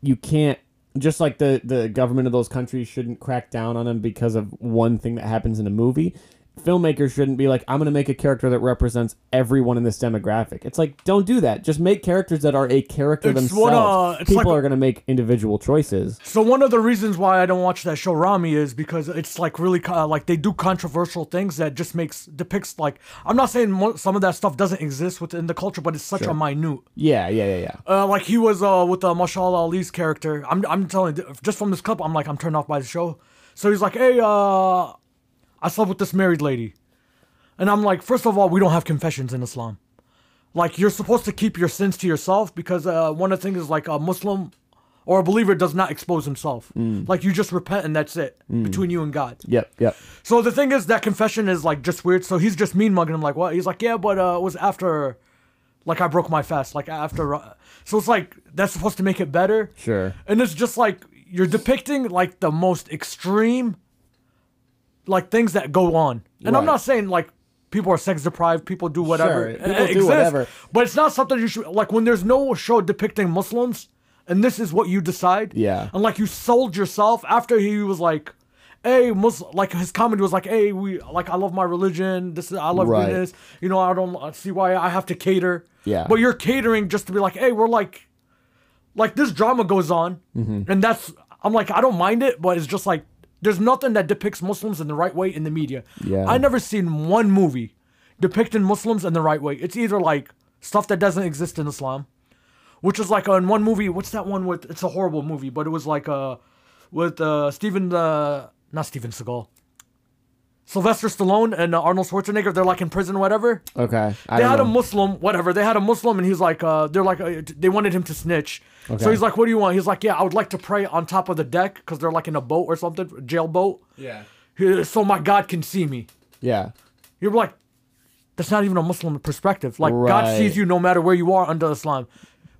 Speaker 2: you can't just like the the government of those countries shouldn't crack down on them because of one thing that happens in a movie. Filmmakers shouldn't be like, I'm going to make a character that represents everyone in this demographic. It's like, don't do that. Just make characters that are a character
Speaker 1: It's
Speaker 2: themselves.
Speaker 1: what, uh, it's
Speaker 2: People
Speaker 1: like-
Speaker 2: are going to make individual choices.
Speaker 1: So one of the reasons why I don't watch that show Rami is because it's like really uh, like they do controversial things that just makes depicts like I'm not saying mo- some of that stuff doesn't exist within the culture, but it's such a minute.
Speaker 2: Yeah, yeah, yeah, yeah.
Speaker 1: Uh, like he was uh, with uh, Mashallah Ali's character. I'm, I'm telling you, just from this clip, I'm like, I'm turned off by the show. So he's like, hey, uh, I slept with this married lady. And I'm like, first of all, we don't have confessions in Islam. Like, you're supposed to keep your sins to yourself because uh, one of the things is like a Muslim or a believer does not expose himself. Like, you just repent and that's it between you and God.
Speaker 2: Yep, yep.
Speaker 1: So the thing is, that confession is like just weird. So he's just mean mugging him, like, what? He's like, yeah, but uh, it was after, like, I broke my fast, like after. Uh, so it's like that's supposed to make it better.
Speaker 2: Sure.
Speaker 1: And it's just like you're depicting like the most extreme, like things that go on. And I'm
Speaker 2: Right.
Speaker 1: not saying like people are sex deprived, people do whatever.
Speaker 2: Sure,
Speaker 1: It-
Speaker 2: people
Speaker 1: it
Speaker 2: do
Speaker 1: exists,
Speaker 2: whatever.
Speaker 1: But it's not something you should like when there's no show depicting Muslims, and this is what you decide.
Speaker 2: Yeah.
Speaker 1: And like you sold yourself after he was like, "Hey, Muslim," like his comedy was like, "Hey, we like I love my religion. This is I love
Speaker 2: Right.
Speaker 1: doing this. You know, I don't uh, see why I have to cater."
Speaker 2: Yeah.
Speaker 1: But you're catering just to be like, "Hey, we're like, like this drama goes on," and that's I'm like I don't mind it, but it's just like there's nothing that depicts Muslims in the right way in the media.
Speaker 2: Yeah.
Speaker 1: I never seen one movie depicting Muslims in the right way. It's either like stuff that doesn't exist in Islam which is like in one movie. What's that one with? It's a horrible movie, but it was like uh with uh Steven uh not Steven Seagal, Sylvester Stallone and uh, Arnold Schwarzenegger. They're like in prison, or whatever.
Speaker 2: Okay. I
Speaker 1: They
Speaker 2: don't
Speaker 1: had a
Speaker 2: know.
Speaker 1: Muslim, whatever. They had a Muslim, and he's like, uh, they're like, uh, they wanted him to snitch. So he's like, what do you want? He's like, yeah, I would like to pray on top of the deck because they're like in a boat or something, jail boat.
Speaker 2: Yeah.
Speaker 1: He- So my God can see me.
Speaker 2: Yeah.
Speaker 1: You're like, that's not even a Muslim perspective. Like, God
Speaker 2: Right.
Speaker 1: sees you no matter where you are under Islam,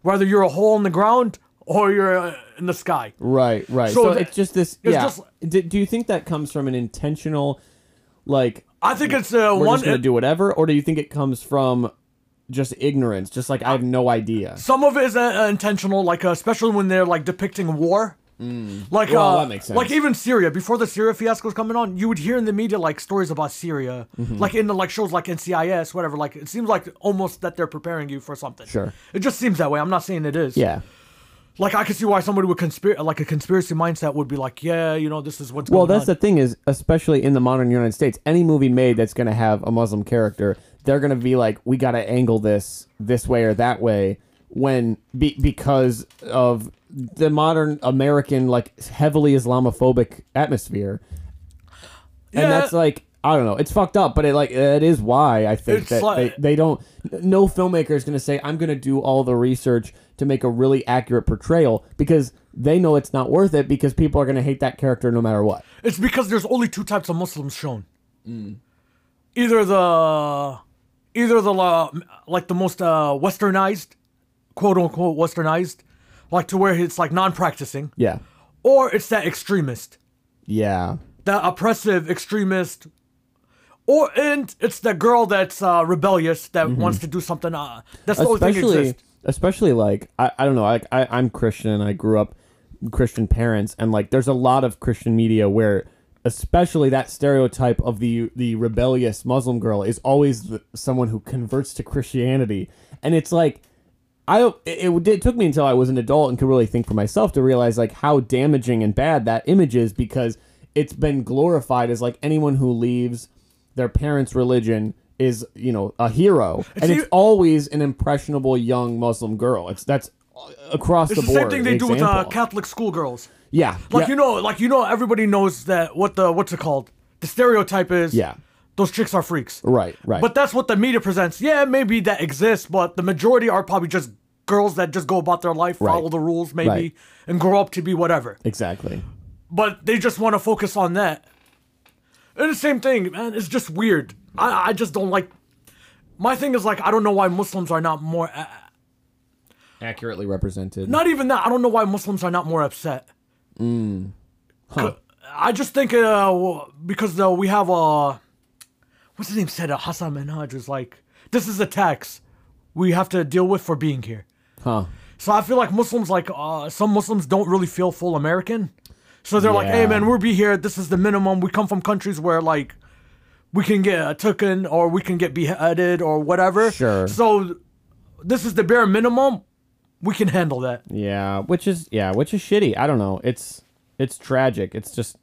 Speaker 1: whether you're a hole in the ground or you're uh, in the sky.
Speaker 2: Right, right.
Speaker 1: So
Speaker 2: So,
Speaker 1: the-
Speaker 2: it's just this.
Speaker 1: it's
Speaker 2: yeah.
Speaker 1: just-
Speaker 2: do, do you think that comes from an intentional, like
Speaker 1: I think it's uh,
Speaker 2: we're
Speaker 1: one.
Speaker 2: just gonna do whatever, or do you think it comes from just ignorance, just like I have no idea?
Speaker 1: some of it is uh, uh, intentional, like uh, especially when they're like depicting war. Like,
Speaker 2: Mm. Well,
Speaker 1: uh,
Speaker 2: that makes sense.
Speaker 1: like even Syria before the Syria fiasco was coming on, you would hear in the media like stories about Syria,
Speaker 2: Mm-hmm.
Speaker 1: like in the like shows like NCIS, whatever. Like it seems like almost that they're preparing you for something.
Speaker 2: Sure.
Speaker 1: it just seems that way. I'm not saying it is.
Speaker 2: Yeah,
Speaker 1: Like I could see why somebody with conspir like a conspiracy mindset would be like, yeah, you know, this is what's
Speaker 2: Well,
Speaker 1: going
Speaker 2: that's
Speaker 1: on.
Speaker 2: the thing is, especially in the modern United States, any movie made that's going to have a Muslim character, they're going to be like, we got to angle this this way or that way, when be, because of the modern American like heavily Islamophobic atmosphere,
Speaker 1: Yeah.
Speaker 2: and that's like. I don't know. It's fucked up, but it like it is why I think
Speaker 1: It's
Speaker 2: that
Speaker 1: like-
Speaker 2: they, they don't. No filmmaker is going to say I'm going to do all the research to make a really accurate portrayal because they know it's not worth it because people are going to hate that character no matter what.
Speaker 1: It's because there's only two types of Muslims shown.
Speaker 2: Hmm.
Speaker 1: Either the, either the uh, like the most uh, westernized, quote unquote westernized, like to where it's like non-practicing,
Speaker 2: Yeah.
Speaker 1: or it's that extremist,
Speaker 2: Yeah.
Speaker 1: that oppressive extremist, or and it's the girl that's uh, rebellious that wants to do something. Uh, that's the only thing that
Speaker 2: Mm-hmm. Especially,
Speaker 1: exists.
Speaker 2: especially like I, I don't know. Like I, I'm Christian and I grew up Christian parents, and like there's a lot of Christian media where, especially that stereotype of the the rebellious Muslim girl is always the, someone who converts to Christianity, and it's like. I it, it did- took me until I was an adult and could really think for myself to realize like how damaging and bad that image is because it's been glorified as like anyone who leaves their parents' religion is you know a hero and
Speaker 1: e-
Speaker 2: it's always an impressionable young Muslim girl. It's that's across
Speaker 1: It's
Speaker 2: the
Speaker 1: the same
Speaker 2: board.
Speaker 1: thing they
Speaker 2: an
Speaker 1: do with uh,
Speaker 2: example.
Speaker 1: Catholic schoolgirls.
Speaker 2: Yeah,
Speaker 1: Like
Speaker 2: yeah,
Speaker 1: you know, like you know, everybody knows that what the what's it called? The stereotype is
Speaker 2: Yeah.
Speaker 1: those chicks are freaks.
Speaker 2: right, right.
Speaker 1: But that's what the media presents. Yeah, maybe that exists, but the majority are probably just girls that just go about their life, follow the rules, maybe,
Speaker 2: Right.
Speaker 1: and grow up to be whatever.
Speaker 2: exactly.
Speaker 1: But they just want to focus on that. And the same thing, man. It's just weird. I I just don't like. My thing is like I don't know why Muslims are not more. Uh,
Speaker 2: Accurately represented.
Speaker 1: not even that. I don't know why Muslims are not more upset.
Speaker 2: Hmm.
Speaker 1: I just think uh, w- because uh, we have uh, what's his name said uh, Hassan Minhaj was like, this is a tax we have to deal with for being here.
Speaker 2: Huh.
Speaker 1: So I feel like Muslims, like uh, some Muslims, don't really feel full American. So they're like, hey
Speaker 2: Yeah.
Speaker 1: man, we'll be here. This is the minimum. We come from countries where like we can get uh, taken or we can get beheaded or whatever.
Speaker 2: Sure.
Speaker 1: So this is the bare minimum. We can handle that.
Speaker 2: Yeah, which is yeah, which is shitty. I don't know. It's it's tragic. It's just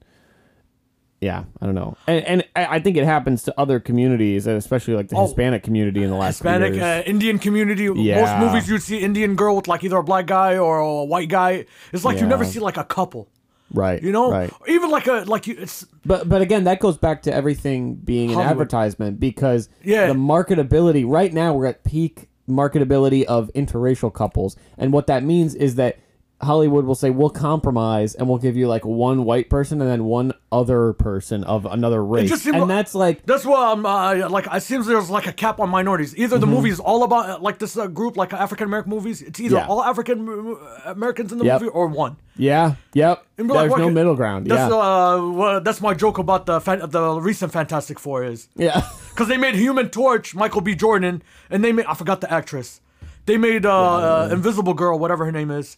Speaker 2: yeah, I don't know. And and I I think it happens to other communities, and especially like the Hispanic community in the last few
Speaker 1: Oh. Hispanic,
Speaker 2: years.
Speaker 1: uh, Indian community.
Speaker 2: Yeah.
Speaker 1: Most movies you'd see Indian girl with like either a black guy or a white guy. It's like you never
Speaker 2: Yeah.
Speaker 1: see like a couple.
Speaker 2: right.
Speaker 1: You know,
Speaker 2: Right.
Speaker 1: Or even like a like you. It's
Speaker 2: But but again, that goes back to everything being an
Speaker 1: Hollywood.
Speaker 2: advertisement because
Speaker 1: Yeah.
Speaker 2: the marketability right now we're at peak marketability of interracial couples, and what that means is that Hollywood will say we'll compromise and we'll give you like one white person and then one other person of another
Speaker 1: just
Speaker 2: race,
Speaker 1: seem-
Speaker 2: and that's like
Speaker 1: that's why I'm uh, like. It seems there's like a cap on minorities. Either
Speaker 2: Mm-hmm.
Speaker 1: the movie is all about uh, like this uh, group, like African American movies. It's either
Speaker 2: Yeah.
Speaker 1: all African mo- Americans in the
Speaker 2: Yep.
Speaker 1: movie or one.
Speaker 2: Yeah. Yep.
Speaker 1: And
Speaker 2: There's
Speaker 1: we're like, what
Speaker 2: no
Speaker 1: could-
Speaker 2: middle ground.
Speaker 1: That's
Speaker 2: Yeah.
Speaker 1: uh, well, that's my joke about the fan- the recent Fantastic Four is.
Speaker 2: yeah.
Speaker 1: Because they made Human Torch, Michael B. Jordan, and they made, I forgot the actress. They made uh, uh, Invisible Girl, whatever her name is,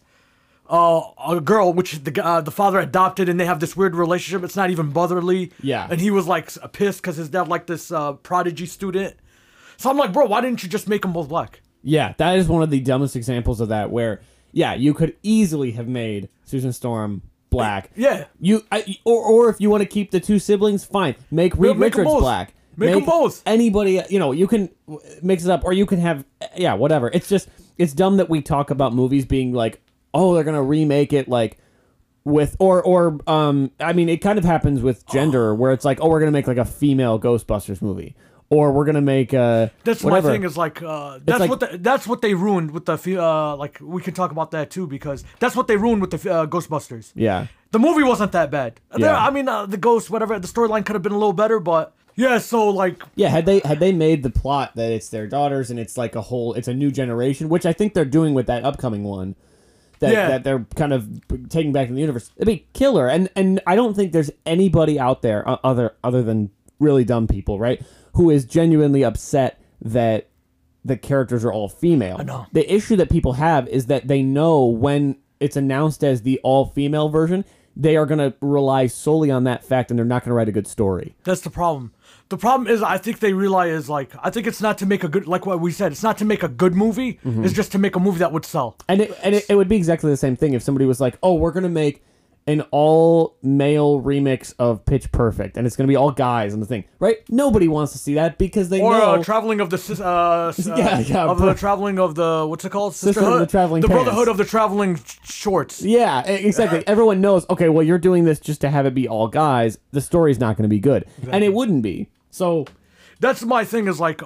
Speaker 1: uh, a girl which the, g- uh, the father adopted, and they have this weird relationship. It's not even brotherly.
Speaker 2: Yeah.
Speaker 1: And he was like s- pissed because his dad liked this uh, prodigy student. So I'm like, bro, why didn't you just make them both black?
Speaker 2: yeah. That is one of the dumbest examples of that where yeah, you could easily have made Susan Storm black.
Speaker 1: Yeah.
Speaker 2: You I, or or if you want to keep the two siblings, fine. Make Reed
Speaker 1: make 'em
Speaker 2: Richards
Speaker 1: both.
Speaker 2: black.
Speaker 1: Make 'em both.
Speaker 2: Anybody, you know, you can w- mix it up or you can have yeah, whatever. It's just it's dumb that we talk about movies being like, "Oh, they're going to remake it like with or or um I mean it kind of happens with gender where it's like oh we're gonna make like a female Ghostbusters movie or we're gonna make uh
Speaker 1: That's
Speaker 2: whatever.
Speaker 1: my thing is like uh, that's
Speaker 2: like-
Speaker 1: what the, that's what they ruined with the fe- uh, like we can talk about that too because that's what they ruined with the fe- uh, Ghostbusters.
Speaker 2: yeah
Speaker 1: The movie wasn't that bad. There-
Speaker 2: Yeah.
Speaker 1: I mean, uh, the ghost, whatever, the storyline could have been a little better, but yeah, so like,
Speaker 2: yeah had they had they made the plot that it's their daughters and it's like a whole it's a new generation which I think they're doing with that upcoming one that
Speaker 1: Yeah.
Speaker 2: that they're kind of b- taking back to the universe it'd be killer and and I don't think there's anybody out there o- other other than really dumb people right who is genuinely upset that the characters are all female.
Speaker 1: know.
Speaker 2: The issue that people have is that they know when it's announced as the all female version, they are going to rely solely on that fact and they're not going to write a good story.
Speaker 1: that's the problem. The problem is, I think they realize, like, I think it's not to make a good, like what we said, it's not to make a good movie.
Speaker 2: Mm-hmm.
Speaker 1: It's just to make a movie that would sell.
Speaker 2: And it, and it, it would be exactly the same thing if somebody was like, "Oh, we're gonna make an all male remix of Pitch Perfect, and it's gonna be all guys on the thing, right?" Nobody wants to see that because they
Speaker 1: Or
Speaker 2: know
Speaker 1: uh, traveling of the sis- uh, s- uh,
Speaker 2: Yeah, yeah,
Speaker 1: of
Speaker 2: bro-
Speaker 1: the traveling of the what's it called
Speaker 2: Sisterhood of the Traveling
Speaker 1: the
Speaker 2: Pants.
Speaker 1: brotherhood of the traveling sh- shorts.
Speaker 2: Yeah, e- exactly. Everyone knows, okay, well, you're doing this just to have it be all guys. The story's not going to be good. And it wouldn't be. So,
Speaker 1: That's my thing is like,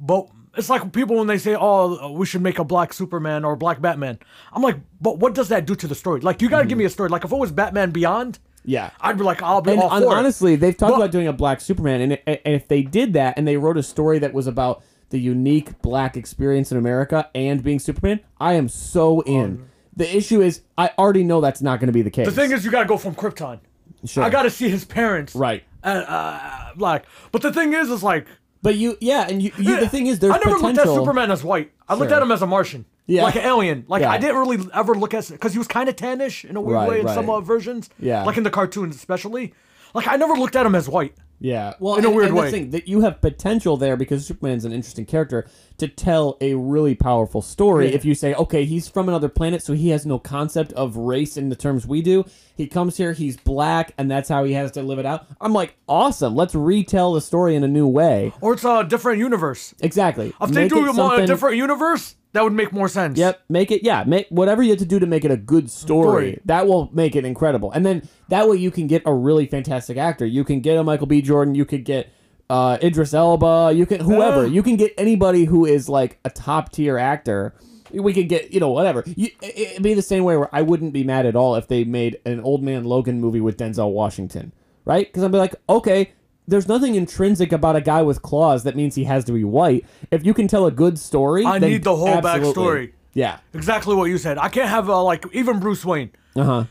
Speaker 1: but it's like people when they say, "Oh, we should make a black Superman or black Batman." I'm like, but what does that do to the story? Like, you gotta give me a story. Like, if it was Batman Beyond,
Speaker 2: Mm-hmm. yeah.
Speaker 1: I'd be like, I'll be
Speaker 2: And
Speaker 1: all
Speaker 2: hon-
Speaker 1: for it.
Speaker 2: honestly, they've talked
Speaker 1: But-
Speaker 2: about doing a black Superman. And, and if they did that and they wrote a story that was about the unique black experience in America and being Superman, I am so in. The issue is, I already know that's not going to be the case.
Speaker 1: The thing is, you gotta go from Krypton.
Speaker 2: Sure.
Speaker 1: I gotta see his parents.
Speaker 2: Right.
Speaker 1: And, uh, like, but the thing is, is like,
Speaker 2: But you, yeah, and you, you the thing is, there's
Speaker 1: I never
Speaker 2: potential.
Speaker 1: looked at Superman as white. I looked
Speaker 2: Sure.
Speaker 1: at him as a Martian.
Speaker 2: Yeah.
Speaker 1: Like an alien. Like
Speaker 2: Yeah.
Speaker 1: I didn't really ever look at because he was kind of tannish in a weird
Speaker 2: Right,
Speaker 1: way in
Speaker 2: right.
Speaker 1: some uh, versions.
Speaker 2: Yeah.
Speaker 1: Like in the cartoons especially. Like I never looked at him as white.
Speaker 2: Yeah, well,
Speaker 1: In a
Speaker 2: and-
Speaker 1: weird
Speaker 2: and
Speaker 1: way.
Speaker 2: That's the thing, that you have potential there because Superman's an interesting character to tell a really powerful story. If you say, okay, he's from another planet, so he has no concept of race in the terms we do. He comes here, he's black, and that's how he has to live it out. I'm like, awesome. Let's retell the story in a new way.
Speaker 1: Or it's a different universe.
Speaker 2: Exactly.
Speaker 1: If they
Speaker 2: Make
Speaker 1: do
Speaker 2: it
Speaker 1: him on
Speaker 2: something-
Speaker 1: a different universe, that would make more sense.
Speaker 2: Yep, make it yeah, make whatever you have to do to make it a good story.
Speaker 1: Story.
Speaker 2: That will make it incredible. And then that way you can get a really fantastic actor. You can get a Michael B. Jordan, you could get uh, Idris Elba, you can whoever.
Speaker 1: Yeah.
Speaker 2: You can get anybody who is like a top tier actor. We could get, you know, whatever. You, it, it'd be the same way where I wouldn't be mad at all if they made an old man Logan movie with Denzel Washington, right? Because I'd be like, okay, there's nothing intrinsic about a guy with claws that means he has to be white. If you can tell a good story,
Speaker 1: I
Speaker 2: then
Speaker 1: need the whole
Speaker 2: absolutely.
Speaker 1: backstory.
Speaker 2: Yeah.
Speaker 1: Exactly what you said. I can't have uh, like even Bruce Wayne.
Speaker 2: Uh huh.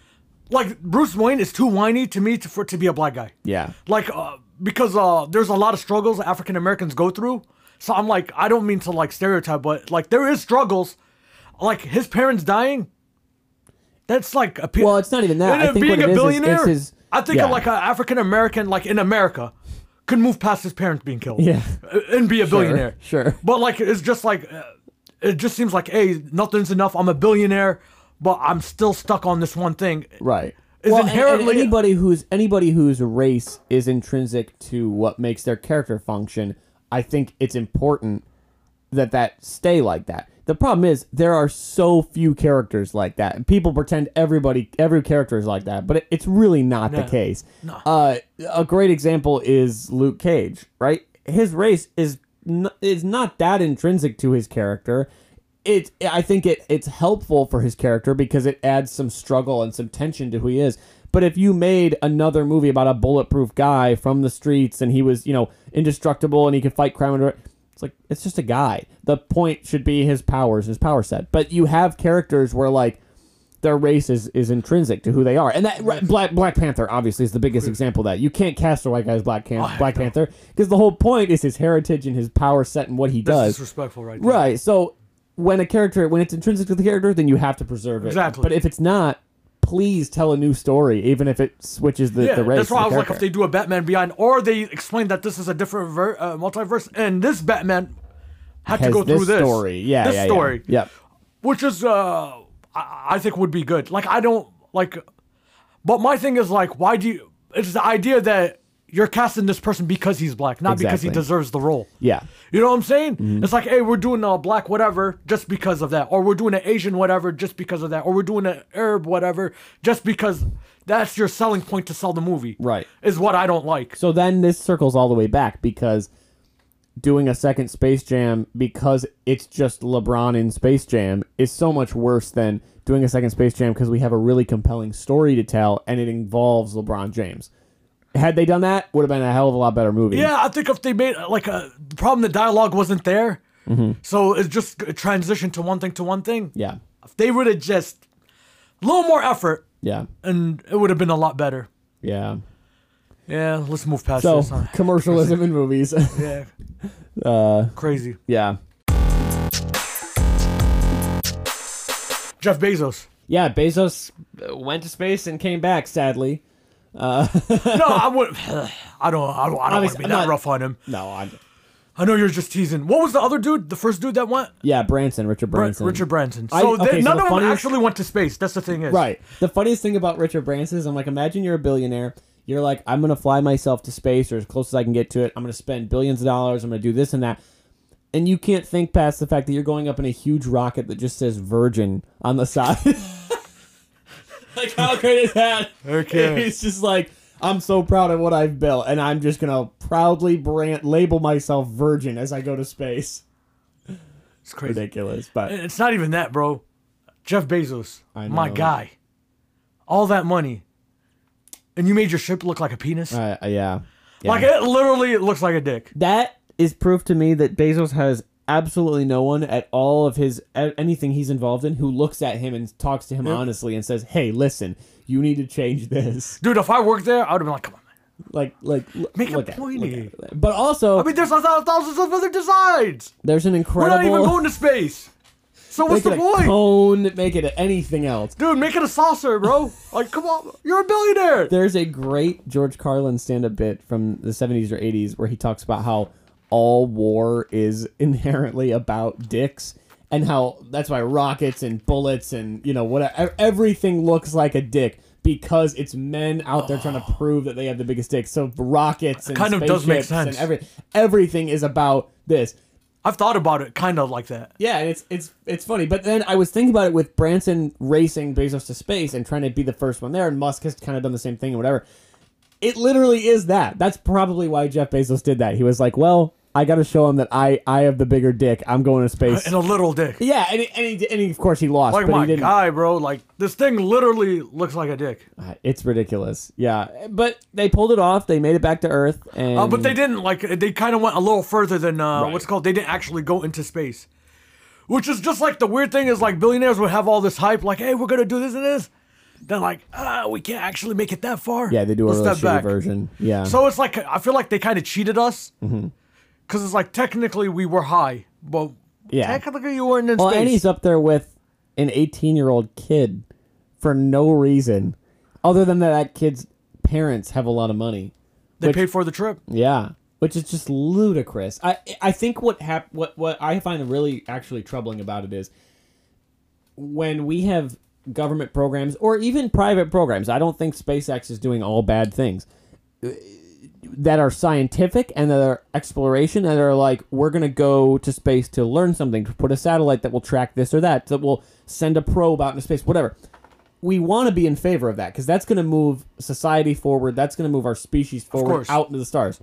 Speaker 1: Like Bruce Wayne is too whiny to me to, for to be a black guy.
Speaker 2: Yeah.
Speaker 1: like uh, because uh, there's a lot of struggles African Americans go through. So I'm like, I don't mean to like stereotype, but like there is struggles. Like his parents dying. That's like a pe-
Speaker 2: Well, it's not even that.
Speaker 1: And
Speaker 2: I
Speaker 1: uh,
Speaker 2: think
Speaker 1: being
Speaker 2: what
Speaker 1: a
Speaker 2: it is is-
Speaker 1: billionaire.
Speaker 2: is his-
Speaker 1: I think
Speaker 2: yeah.
Speaker 1: of like an African American, like in America, could move past his parents being killed.
Speaker 2: Yeah.
Speaker 1: Uh, and be a billionaire.
Speaker 2: sure.
Speaker 1: But like it's just like uh, it just seems like hey, nothing's enough. I'm a billionaire, but I'm still stuck on this one thing.
Speaker 2: Right.
Speaker 1: Is
Speaker 2: well, and- and
Speaker 1: inherently-
Speaker 2: anybody who's anybody whose race is intrinsic to what makes their character function. I think it's important that that stay like that. The problem is there are so few characters like that. And People pretend everybody every character is like that, but it, it's really not the case. Uh, a great example is Luke Cage, right? His race is n- is not that intrinsic to his character. It I think it it's helpful for his character because it adds some struggle and some tension to who he is. But if you made another movie about a bulletproof guy from the streets and he was, you know, indestructible and he could fight crime and it's like it's just a guy. The point should be his powers, his power set. But you have characters where like their race is, is intrinsic to who they are, and that right, Black Black Panther obviously is the biggest example of that you can't cast a white guy as Black Can- Black Panther because the whole point is his heritage and his power set and what he
Speaker 1: That's
Speaker 2: does.
Speaker 1: disrespectful, right? there.
Speaker 2: Right. So when a character when it's intrinsic to the character, then you have to preserve it.
Speaker 1: Exactly.
Speaker 2: But if it's not, please tell a new story, even if it switches the,
Speaker 1: Yeah,
Speaker 2: the race.
Speaker 1: that's why I
Speaker 2: of
Speaker 1: was
Speaker 2: the
Speaker 1: like, if
Speaker 2: character.
Speaker 1: they do a Batman Beyond, or they explain that this is a different ver- uh, multiverse, and this Batman had to
Speaker 2: Has
Speaker 1: go through this
Speaker 2: story. Yeah.
Speaker 1: this
Speaker 2: yeah, yeah.
Speaker 1: story,
Speaker 2: Yep.
Speaker 1: which is uh, I-, I think would be good. Like I don't like, but my thing is like, why do you? It's the idea that you're casting this person because he's black, not because he
Speaker 2: Exactly.
Speaker 1: deserves the role.
Speaker 2: Yeah. Mm-hmm.
Speaker 1: You know what I'm saying? It's like, hey, we're doing a black whatever just because of that, or we're doing an Asian whatever just because of that, or we're doing an Arab whatever just because that's your selling point to sell the movie.
Speaker 2: Right.
Speaker 1: Is what I don't like.
Speaker 2: So then this circles all the way back because doing a second Space Jam because it's just LeBron in Space Jam is so much worse than doing a second Space Jam because we have a really compelling story to tell and it involves LeBron James. Had they done that, would have been a hell of a lot better movie.
Speaker 1: Yeah, I think if they made like a the problem, the dialogue wasn't there,
Speaker 2: Mm-hmm.
Speaker 1: so it's just a transition to one thing to one thing.
Speaker 2: Yeah.
Speaker 1: If they would have just a little more effort,
Speaker 2: Yeah.
Speaker 1: and it would have been a lot better.
Speaker 2: Yeah.
Speaker 1: Yeah, let's move past
Speaker 2: So
Speaker 1: this. huh?
Speaker 2: commercialism in movies.
Speaker 1: Yeah,
Speaker 2: uh,
Speaker 1: crazy.
Speaker 2: yeah.
Speaker 1: Jeff Bezos.
Speaker 2: Yeah, Bezos uh, went to space and came back, sadly.
Speaker 1: no, I would. I don't. I don't, I don't want to
Speaker 2: Obviously,
Speaker 1: be
Speaker 2: I'm
Speaker 1: that
Speaker 2: not-
Speaker 1: rough on him.
Speaker 2: No, I.
Speaker 1: I know you're just teasing. What was the other dude? The first dude that went?
Speaker 2: Yeah, Branson, Richard
Speaker 1: Br-
Speaker 2: Branson.
Speaker 1: Richard Branson.
Speaker 2: I-
Speaker 1: So they,
Speaker 2: okay, so
Speaker 1: none
Speaker 2: the
Speaker 1: of them
Speaker 2: funniest-
Speaker 1: actually went to space. That's the thing is.
Speaker 2: Right. The funniest thing about Richard Branson is I'm like, imagine you're a billionaire. You're like, I'm gonna fly myself to space or as close as I can get to it. I'm gonna spend billions of dollars. I'm gonna do this and that. And you can't think past the fact that you're going up in a huge rocket that just says Virgin on the side. like, how great is that?
Speaker 1: Okay.
Speaker 2: It's just like, I'm so proud of what I've built, and I'm just gonna proudly brand label myself Virgin as I go to space.
Speaker 1: It's crazy.
Speaker 2: Ridiculous, but
Speaker 1: It's not even that, bro. Jeff Bezos,
Speaker 2: I
Speaker 1: my
Speaker 2: know.
Speaker 1: guy, all that money, and you made your ship look like a penis.
Speaker 2: uh, yeah. yeah.
Speaker 1: Like it literally, it looks like a dick.
Speaker 2: that is proof to me that Bezos has absolutely no one at all of his a- anything he's involved in who looks at him and talks to him honestly and says, "Hey, listen, you need to change this."
Speaker 1: Dude, if I worked there, I would have been like, come on. man.
Speaker 2: Like, like l-
Speaker 1: Make it
Speaker 2: look at look
Speaker 1: pointy.
Speaker 2: at But also,
Speaker 1: I mean, there's a thou- thousands of other designs.
Speaker 2: there's an
Speaker 1: We're not
Speaker 2: incredible.
Speaker 1: even going to space. So what's
Speaker 2: make
Speaker 1: the
Speaker 2: it a
Speaker 1: point?
Speaker 2: cone. Make it anything else.
Speaker 1: Dude, make it a saucer, bro. like, come on. You're a billionaire.
Speaker 2: There's a great George Carlin stand-up bit from the 70s or 80s where he talks about how all war is inherently about dicks and how that's why rockets and bullets and you know whatever everything looks like a dick because it's men out there trying to prove that they have the biggest dick. So rockets and
Speaker 1: Kind of does make
Speaker 2: spaceships and
Speaker 1: sense.
Speaker 2: every, everything is about this.
Speaker 1: I've thought about it kind of like that.
Speaker 2: Yeah, and it's it's it's funny. But then I was thinking about it with Branson racing Bezos to space and trying to be the first one there, and Musk has kind of done the same thing and whatever. It literally is that. That's probably why Jeff Bezos did that. He was like, "Well, I got to show him that I I have the bigger dick. I'm going to space."
Speaker 1: And a literal dick.
Speaker 2: yeah, and he, and, he, did- and he, of course he lost,
Speaker 1: Like,
Speaker 2: but he
Speaker 1: my
Speaker 2: didn't.
Speaker 1: guy, bro. Like, this thing literally looks like a dick.
Speaker 2: Uh, It's ridiculous. Yeah, but they pulled it off. They made it back to Earth, and
Speaker 1: Uh, but they didn't like. They kind of went a little further than uh,
Speaker 2: Mm. Right.
Speaker 1: what's called. They didn't actually go into space, which is just like the weird thing is like billionaires would have all this hype, like, "Hey, we're gonna do this and this." Then like, ah, we can't actually make it that far.
Speaker 2: yeah they do a
Speaker 1: Let's
Speaker 2: really
Speaker 1: step back.
Speaker 2: shitty version. Yeah,
Speaker 1: So it's like I feel like they kind of cheated us, because
Speaker 2: Mm-hmm.
Speaker 1: it's like technically we were high, but
Speaker 2: Yeah.
Speaker 1: technically you weren't in
Speaker 2: Well,
Speaker 1: space.
Speaker 2: and he's up there with an 18 year old kid for no reason other than that that kid's parents have a lot of money.
Speaker 1: they
Speaker 2: which-
Speaker 1: paid for the trip.
Speaker 2: Yeah. Which is just ludicrous. I I think what hap- what what I find really actually troubling about it is when we have government programs or even private programs. I don't think SpaceX is doing all bad things uh, that are scientific and that are exploration and are like we're gonna go to space to learn something to put a satellite that will track this or that that will send a probe out into space whatever we want to be in favor of that because that's going to move society forward. That's going to move our species forward
Speaker 1: course.
Speaker 2: out into the stars.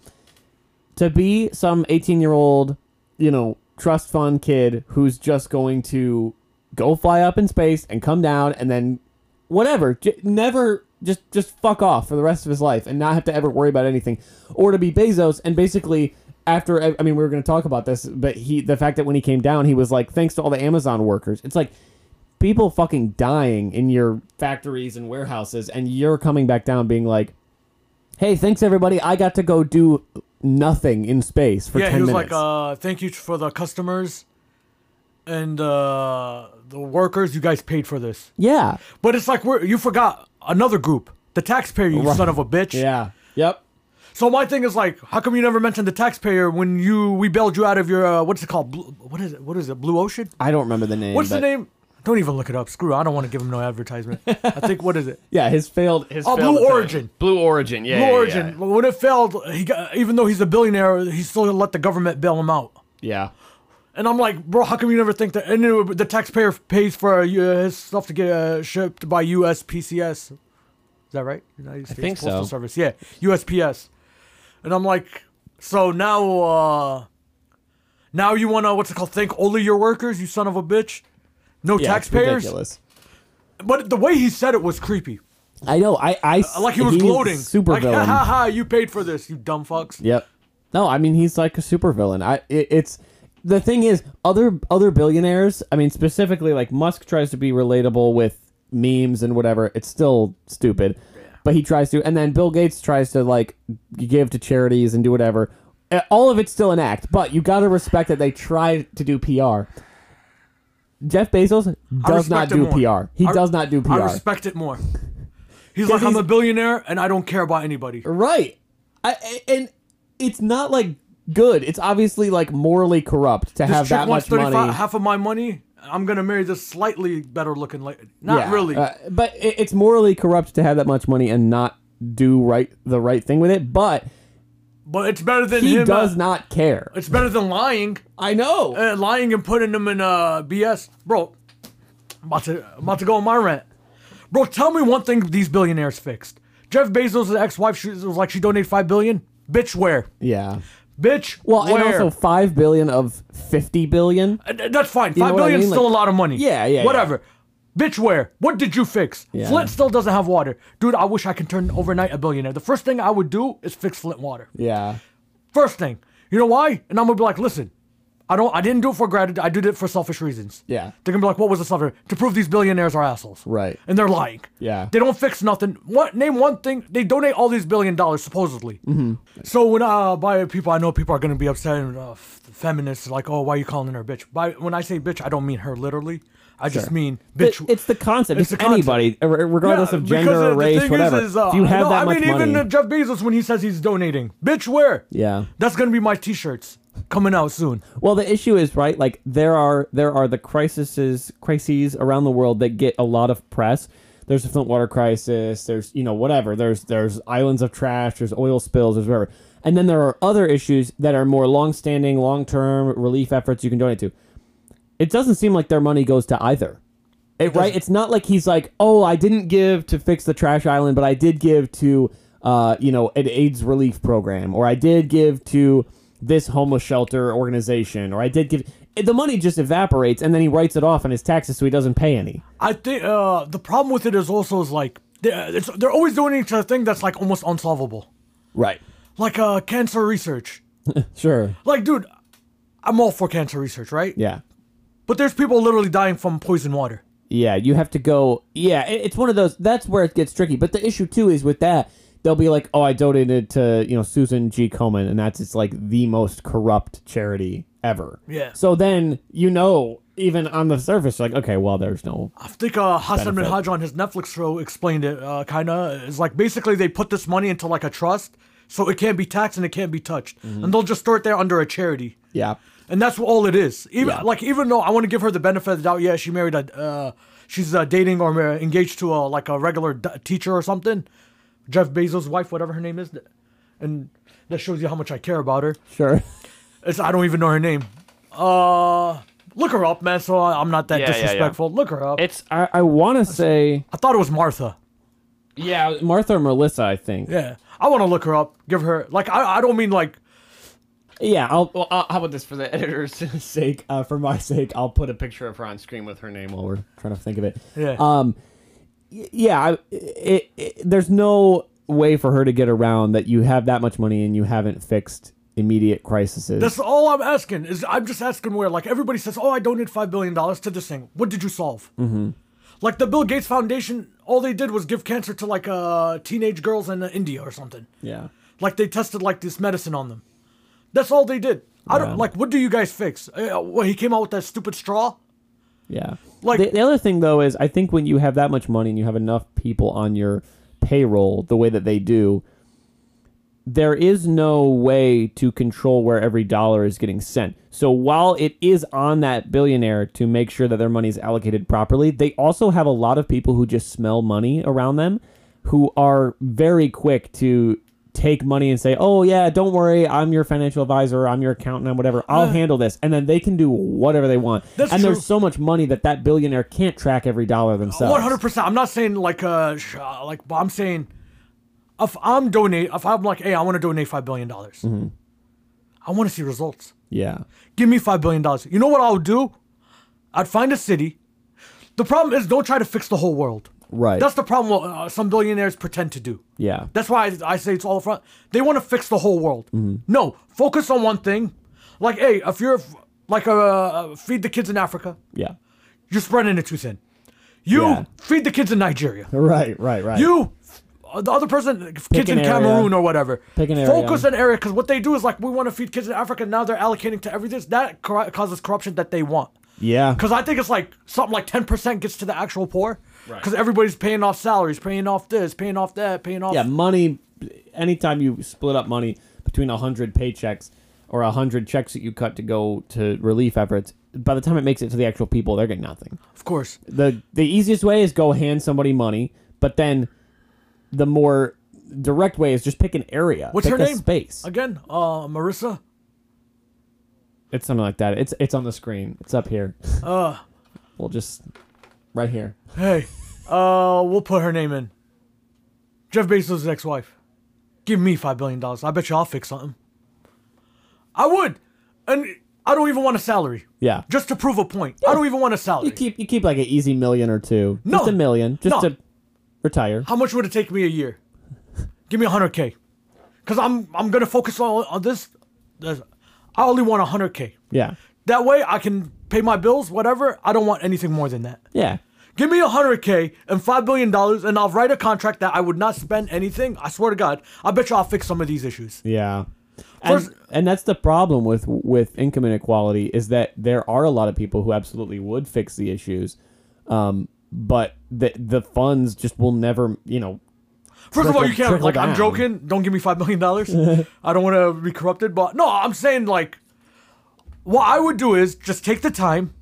Speaker 2: To be some 18 year old, you know, trust fund kid who's just going to go fly up in space and come down and then whatever, j- never just just fuck off for the rest of his life and not have to ever worry about anything, or to be Bezos and basically. After I mean, we were going to talk about this, but he the fact that when he came down, he was like, "Thanks to all the Amazon workers." It's like people fucking dying in your factories and warehouses and you're coming back down being like hey thanks everybody i got to go do nothing in space for
Speaker 1: yeah,
Speaker 2: 10
Speaker 1: he was
Speaker 2: minutes
Speaker 1: like, uh, "Thank you for the customers and uh, the workers. You guys paid for this."
Speaker 2: yeah
Speaker 1: But it's like we're, you forgot another group, the taxpayer, you son of a bitch.
Speaker 2: yeah yep
Speaker 1: So my thing is like, how come you never mentioned the taxpayer when you we bailed you out of your uh, what's it called? Blue, what is it? What is it? Blue Ocean?
Speaker 2: i don't remember the name
Speaker 1: What's
Speaker 2: but-
Speaker 1: the name? Don't even look it up. Screw. it. I don't want to give him no advertisement. I think what is it?
Speaker 2: yeah his failed his
Speaker 1: Oh,
Speaker 2: failed
Speaker 1: Blue
Speaker 2: attempt.
Speaker 1: Origin.
Speaker 3: Blue Origin, yeah.
Speaker 1: Blue
Speaker 3: yeah, yeah.
Speaker 1: Origin. When it failed, he got, even though he's a billionaire, he still let the government bail him out.
Speaker 3: Yeah.
Speaker 1: And I'm like, bro, how come you never think that? And it would- the taxpayer pays for uh, his stuff to get uh, shipped by USPCS. Is that right? United States
Speaker 2: think
Speaker 1: Postal
Speaker 2: so.
Speaker 1: Service. Yeah, USPS. And I'm like, so now, uh, now you want to what's it called? Thank only your workers, you son of a bitch. No
Speaker 2: yeah, it's
Speaker 1: taxpayers.
Speaker 2: ridiculous
Speaker 1: But the way he said it was creepy.
Speaker 2: i know i i
Speaker 1: Uh, Like he was
Speaker 2: he's
Speaker 1: gloating.
Speaker 2: super
Speaker 1: like,
Speaker 2: villain
Speaker 1: ha ha ha! You paid for this, you dumb fucks.
Speaker 2: Yep. No, I mean he's like a supervillain. I it, it's the thing is other other billionaires. I mean specifically like Musk tries to be relatable with memes and whatever. It's still stupid, but he tries to. And then Bill Gates tries to like give to charities and do whatever. Uh, All of it's still an act, but you got to respect that they try to do PR. Jeff Bezos
Speaker 1: I
Speaker 2: does not
Speaker 1: respect him
Speaker 2: do
Speaker 1: more.
Speaker 2: PR. He
Speaker 1: I-
Speaker 2: does not do PR.
Speaker 1: I respect it more. He's
Speaker 2: 'Cause
Speaker 1: like, I'm
Speaker 2: he's-
Speaker 1: a billionaire and I don't care about anybody.
Speaker 2: Right. I, I- and it's not like good. It's obviously like morally corrupt to have
Speaker 1: This chick
Speaker 2: that
Speaker 1: wants
Speaker 2: much money.
Speaker 1: half of my money. I'm gonna marry this slightly better looking lady. Not
Speaker 2: Yeah.
Speaker 1: really.
Speaker 2: Uh, but it, it's morally corrupt to have that much money and not do right the right thing with it. But
Speaker 1: But it's better than
Speaker 2: he
Speaker 1: him.
Speaker 2: does
Speaker 1: uh,
Speaker 2: not care.
Speaker 1: it's better than lying.
Speaker 2: I know.
Speaker 1: Uh, lying and putting them in uh, BS. Bro, I'm about, to, I'm about to go on my rant. Bro, tell me one thing these billionaires fixed. Jeff Bezos' ex-wife she was like, she donated five billion. Bitch, where?
Speaker 2: yeah.
Speaker 1: Bitch,
Speaker 2: Well,
Speaker 1: where?
Speaker 2: and also five billion of fifty billion.
Speaker 1: Uh, th- That's fine. Five
Speaker 2: know what I
Speaker 1: billion's
Speaker 2: mean?
Speaker 1: still
Speaker 2: Like-
Speaker 1: a lot of money.
Speaker 2: Yeah, yeah, yeah.
Speaker 1: Whatever. Bitch, where? What did you fix?
Speaker 2: Yeah.
Speaker 1: Flint still doesn't have water. Dude, I wish I could turn overnight a billionaire. The first thing I would do is fix Flint water.
Speaker 2: Yeah.
Speaker 1: First thing. You know why? And I'm gonna be like, listen, I don't I didn't do it for gratitude, I did it for selfish reasons.
Speaker 2: Yeah.
Speaker 1: They're gonna be like, what was the selfish to prove these billionaires are assholes.
Speaker 2: Right.
Speaker 1: And they're lying.
Speaker 2: Yeah.
Speaker 1: They don't fix nothing. What name one thing they donate all these billion dollars supposedly. Mm-hmm. So when uh by people I know people are gonna be upset and uh, f- feminists like, oh why are you calling her a bitch? By when I say bitch, I don't mean her literally. I just mean bitch.
Speaker 2: It- it's the concept. It's,
Speaker 1: It's the concept.
Speaker 2: anybody, r- regardless
Speaker 1: Yeah,
Speaker 2: of
Speaker 1: because,
Speaker 2: gender
Speaker 1: uh,
Speaker 2: or
Speaker 1: the
Speaker 2: race,
Speaker 1: thing
Speaker 2: whatever.
Speaker 1: is- is, uh,
Speaker 2: if you have
Speaker 1: no,
Speaker 2: that
Speaker 1: I
Speaker 2: much
Speaker 1: mean,
Speaker 2: money,
Speaker 1: even uh, Jeff Bezos when he says he's donating, bitch, where?
Speaker 2: yeah.
Speaker 1: That's gonna be my T-shirts coming out soon.
Speaker 2: Well, the issue is right. Like there are there are the crises crises around the world that get a lot of press. There's the Flint water crisis. There's you know whatever. There's there's islands of trash. There's oil spills. There's whatever. And then there are other issues that are more long-standing, long-term relief efforts you can donate to. It doesn't seem like their money goes to either. It- right? It's not like he's like, oh, I didn't give to fix the trash island, but I did give to, uh, you know, an AIDS relief program, or I did give to this homeless shelter organization, or I did give. It- The money just evaporates, and then he writes it off on his taxes, so he doesn't pay any.
Speaker 1: I think uh, the problem with it is also is like they're, it's, they're always doing it to a thing that's like almost unsolvable,
Speaker 2: Right.
Speaker 1: like uh, cancer research.
Speaker 2: Sure.
Speaker 1: Like, dude, I'm all for cancer research, right?
Speaker 2: Yeah.
Speaker 1: But there's people literally dying from poison water.
Speaker 2: Yeah, you have to go. Yeah, it, it's one of those. That's where it gets tricky. But the issue too is with that, they'll be like, "Oh, I donated to you know Susan G. Komen," and that's it's like the most corrupt charity ever.
Speaker 1: Yeah.
Speaker 2: So then you know, even on the surface, like, okay, well, there's no.
Speaker 1: I think uh, Hassan
Speaker 2: Benefit.
Speaker 1: Minhaj on his Netflix show explained it uh, kind of. It's like basically they put this money into like a trust, so it can't be taxed and it can't be touched,
Speaker 3: Mm-hmm.
Speaker 1: and they'll just store it there under a charity.
Speaker 2: Yeah.
Speaker 1: and that's all it is. Even
Speaker 2: Yeah.
Speaker 1: like even though I want to give her the benefit of the doubt, yeah, she married a, uh, she's uh, dating or mar- engaged to a like a regular d- teacher or something, Jeff Bezos' wife, whatever her name is, th- and that shows you how much I care about her.
Speaker 2: Sure.
Speaker 1: It's I don't even know her name. Uh, look her up, man. So I, I'm not that
Speaker 3: Yeah, yeah, yeah.
Speaker 1: disrespectful. Look her up.
Speaker 3: It's
Speaker 2: I I want to say
Speaker 1: I thought it was Martha.
Speaker 2: yeah, Martha or Melissa, I think. Yeah.
Speaker 1: Yeah, I want to look her up. Give her like I I don't mean like
Speaker 2: I'll
Speaker 3: well. Uh, how about this for the editor's sake? Uh, for my sake, I'll put a picture of her on screen with her name while we're.
Speaker 2: trying to think of it.
Speaker 1: yeah.
Speaker 2: Um, y- yeah, I, it, it, there's no way for her to get around that you have that much money and you haven't fixed immediate crises.
Speaker 1: That's all I'm asking. Is I'm just asking where. Like everybody says, oh, I donated five billion dollars to this thing. What did you solve? Mm-hmm. Like the Bill Gates Foundation, all they did was give cancer to like uh, teenage girls in uh, India or something.
Speaker 2: yeah.
Speaker 1: Like they tested like this medicine on them. That's all they did. I
Speaker 2: Yeah.
Speaker 1: don't like. What do you guys fix? Uh, well, he came out with that stupid straw.
Speaker 2: Yeah.
Speaker 1: Like-
Speaker 2: the, the other thing though is I think when you have that much money and you have enough people on your payroll the way that they do, there is no way to control where every dollar is getting sent. So while it is on that billionaire to make sure that their money is allocated properly, they also have a lot of people who just smell money around them who are very quick to take money and say, "Oh yeah, don't worry, I'm your financial advisor, I'm your accountant, I'm whatever. I'll handle this." And then they can do whatever they want.
Speaker 1: That's
Speaker 2: and
Speaker 1: true.
Speaker 2: there's so much money that that billionaire can't track every dollar themselves.
Speaker 1: One hundred percent. I'm not saying like uh sh- uh, like but I'm saying if I'm donate if I'm like hey I want to donate five billion dollars,
Speaker 2: Mm-hmm.
Speaker 1: I want to see results.
Speaker 2: Yeah.
Speaker 1: Give me five billion dollars. You know what I'll do? I'd find a city. The problem is, don't try to fix the whole world.
Speaker 2: Right.
Speaker 1: That's the problem. Uh, some billionaires pretend to do.
Speaker 2: yeah.
Speaker 1: That's why I, I say it's all front. They want to fix the whole world.
Speaker 2: Mm-hmm.
Speaker 1: No, focus on one thing. Like, hey, if you're like uh, feed the kids in Africa,
Speaker 2: Yeah.
Speaker 1: you're spreading it too thin. You
Speaker 2: Yeah.
Speaker 1: feed the kids in Nigeria.
Speaker 2: Right, right, right.
Speaker 1: You, uh, the other person, kids
Speaker 2: an
Speaker 1: in
Speaker 2: area.
Speaker 1: Cameroon or whatever.
Speaker 2: Pick an area.
Speaker 1: Focus on area because what they do is like we want to feed kids in Africa. Now they're allocating to everything. That cor- causes corruption that they want.
Speaker 2: Yeah.
Speaker 1: Because I think it's like something like 10% gets to the actual poor.
Speaker 3: Right.
Speaker 1: Because everybody's paying off salaries, paying off this, paying off that, paying off.
Speaker 2: Yeah, money. Anytime you split up money between a hundred paychecks or a hundred checks that you cut to go to relief efforts, by the time it makes it to the actual people, they're getting nothing.
Speaker 1: Of course.
Speaker 2: the The easiest way is go hand somebody money, but then the more direct way is just pick an area.
Speaker 1: What's
Speaker 2: pick
Speaker 1: her
Speaker 2: a
Speaker 1: name?
Speaker 2: Space.
Speaker 1: Again, uh, Marissa.
Speaker 2: It's something like that. It's it's on the screen. It's up here.
Speaker 1: Uh,
Speaker 2: We'll just right here.
Speaker 1: hey, uh, we'll put her name in. Jeff Bezos' ex wife. Give me $5 billion. I bet you I'll fix something. I would. And I don't even want a salary.
Speaker 2: Yeah.
Speaker 1: Just to prove a point. I don't even want a salary.
Speaker 2: You keep you keep like an easy million or two.
Speaker 1: No.
Speaker 2: Just a million. Just
Speaker 1: No.
Speaker 2: to retire.
Speaker 1: How much would it take me a year? Give me 100k. Cuz I'm I'm going to focus on on this, this I only want 100k.
Speaker 2: Yeah.
Speaker 1: That way I can pay my bills, whatever. I don't want anything more than that.
Speaker 2: Yeah.
Speaker 1: Give me 100k and 5 billion dollars and I'll write a contract that I would not spend anything. I swear to god. I bet you I'll fix some of these issues.
Speaker 2: Yeah. And,
Speaker 1: First-
Speaker 2: and that's the problem with with income inequality is that there are a lot of people who absolutely would fix the issues, um, but the the funds just will never. You know,
Speaker 1: First of all, you
Speaker 2: Trickle-
Speaker 1: can't like
Speaker 2: trickle
Speaker 1: I'm
Speaker 2: down.
Speaker 1: joking. Don't give me 5 million dollars. I don't want to be corrupted, but no, I'm saying like what I would do is just take the time,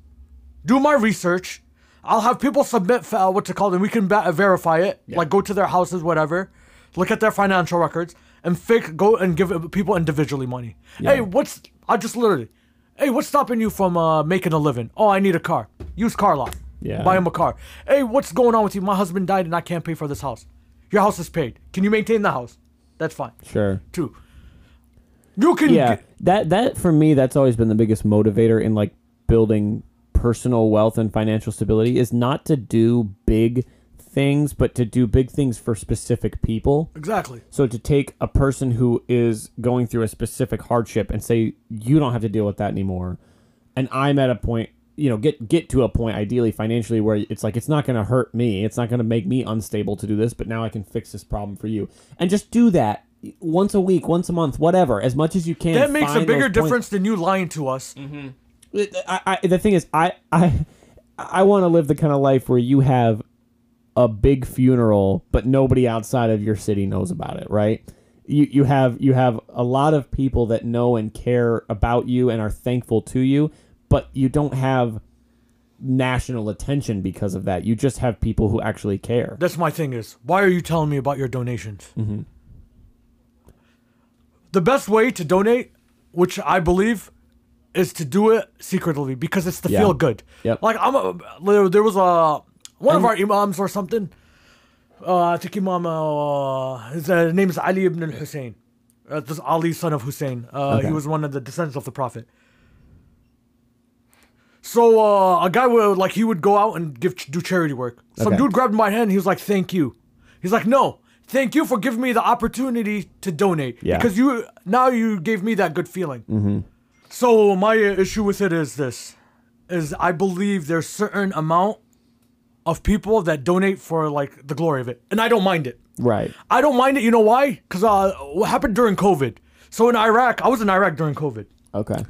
Speaker 1: do my research. I'll have people submit uh, what's it called, and we can ba- verify it. Like go to their houses, whatever, look at their financial records, and fake go and give people individually money. Hey, what's I just literally, hey, what's stopping you from uh, making a living? Oh, I need a car. Use car lot.
Speaker 2: Yeah.
Speaker 1: Buy him a car. Hey, what's going on with you? My husband died, and I can't pay for this house. Your house is paid. Can you maintain the house? That's fine.
Speaker 2: sure.
Speaker 1: Two. You can.
Speaker 2: Yeah,
Speaker 1: get-
Speaker 2: that that for me, that's always been the biggest motivator in like building personal wealth and financial stability is not to do big things, but to do big things for specific people.
Speaker 1: exactly.
Speaker 2: So to take a person who is going through a specific hardship and say you don't have to deal with that anymore, and I'm at a point, you know, get get to a point ideally financially where it's like it's not going to hurt me, it's not going to make me unstable to do this, but now I can fix this problem for you, and just do that once a week, once a month, whatever, as much as you can.
Speaker 1: That makes a
Speaker 2: find
Speaker 1: bigger
Speaker 2: those points-
Speaker 1: difference than you lying to us.
Speaker 2: I, I, the thing is, I, I, I want to live the kind of life where you have a big funeral, but nobody outside of your city knows about it, right? You, you have you have a lot of people that know and care about you and are thankful to you, but you don't have national attention because of that. You just have people who actually care.
Speaker 1: That's my thing is, why are you telling me about your donations?
Speaker 2: Mm-hmm.
Speaker 1: The best way to donate, which I believe, is to do it secretly because it's to
Speaker 2: Yeah.
Speaker 1: feel good.
Speaker 2: Yep.
Speaker 1: Like I'm a, there there was a one of our imams or something. Uh, I think Imam uh, his uh, name is Ali ibn Hussein. Uh, this Ali son of Hussein. Uh,
Speaker 2: Okay.
Speaker 1: He was one of the descendants of the Prophet. So uh, a guy would like he would go out and give do charity work. Some
Speaker 2: Okay.
Speaker 1: dude grabbed my hand. He was like, "Thank you." He's like, "No, thank you for giving me the opportunity to donate
Speaker 2: Yeah. Mm-hmm.
Speaker 1: because you now you gave me that good feeling." So my issue with it is this: is I believe there's certain amount of people that donate for like the glory of it, and I don't mind it.
Speaker 2: Right.
Speaker 1: I don't mind it. You know why? Because uh, what happened during COVID? So in Iraq, I was in Iraq during COVID
Speaker 2: Okay.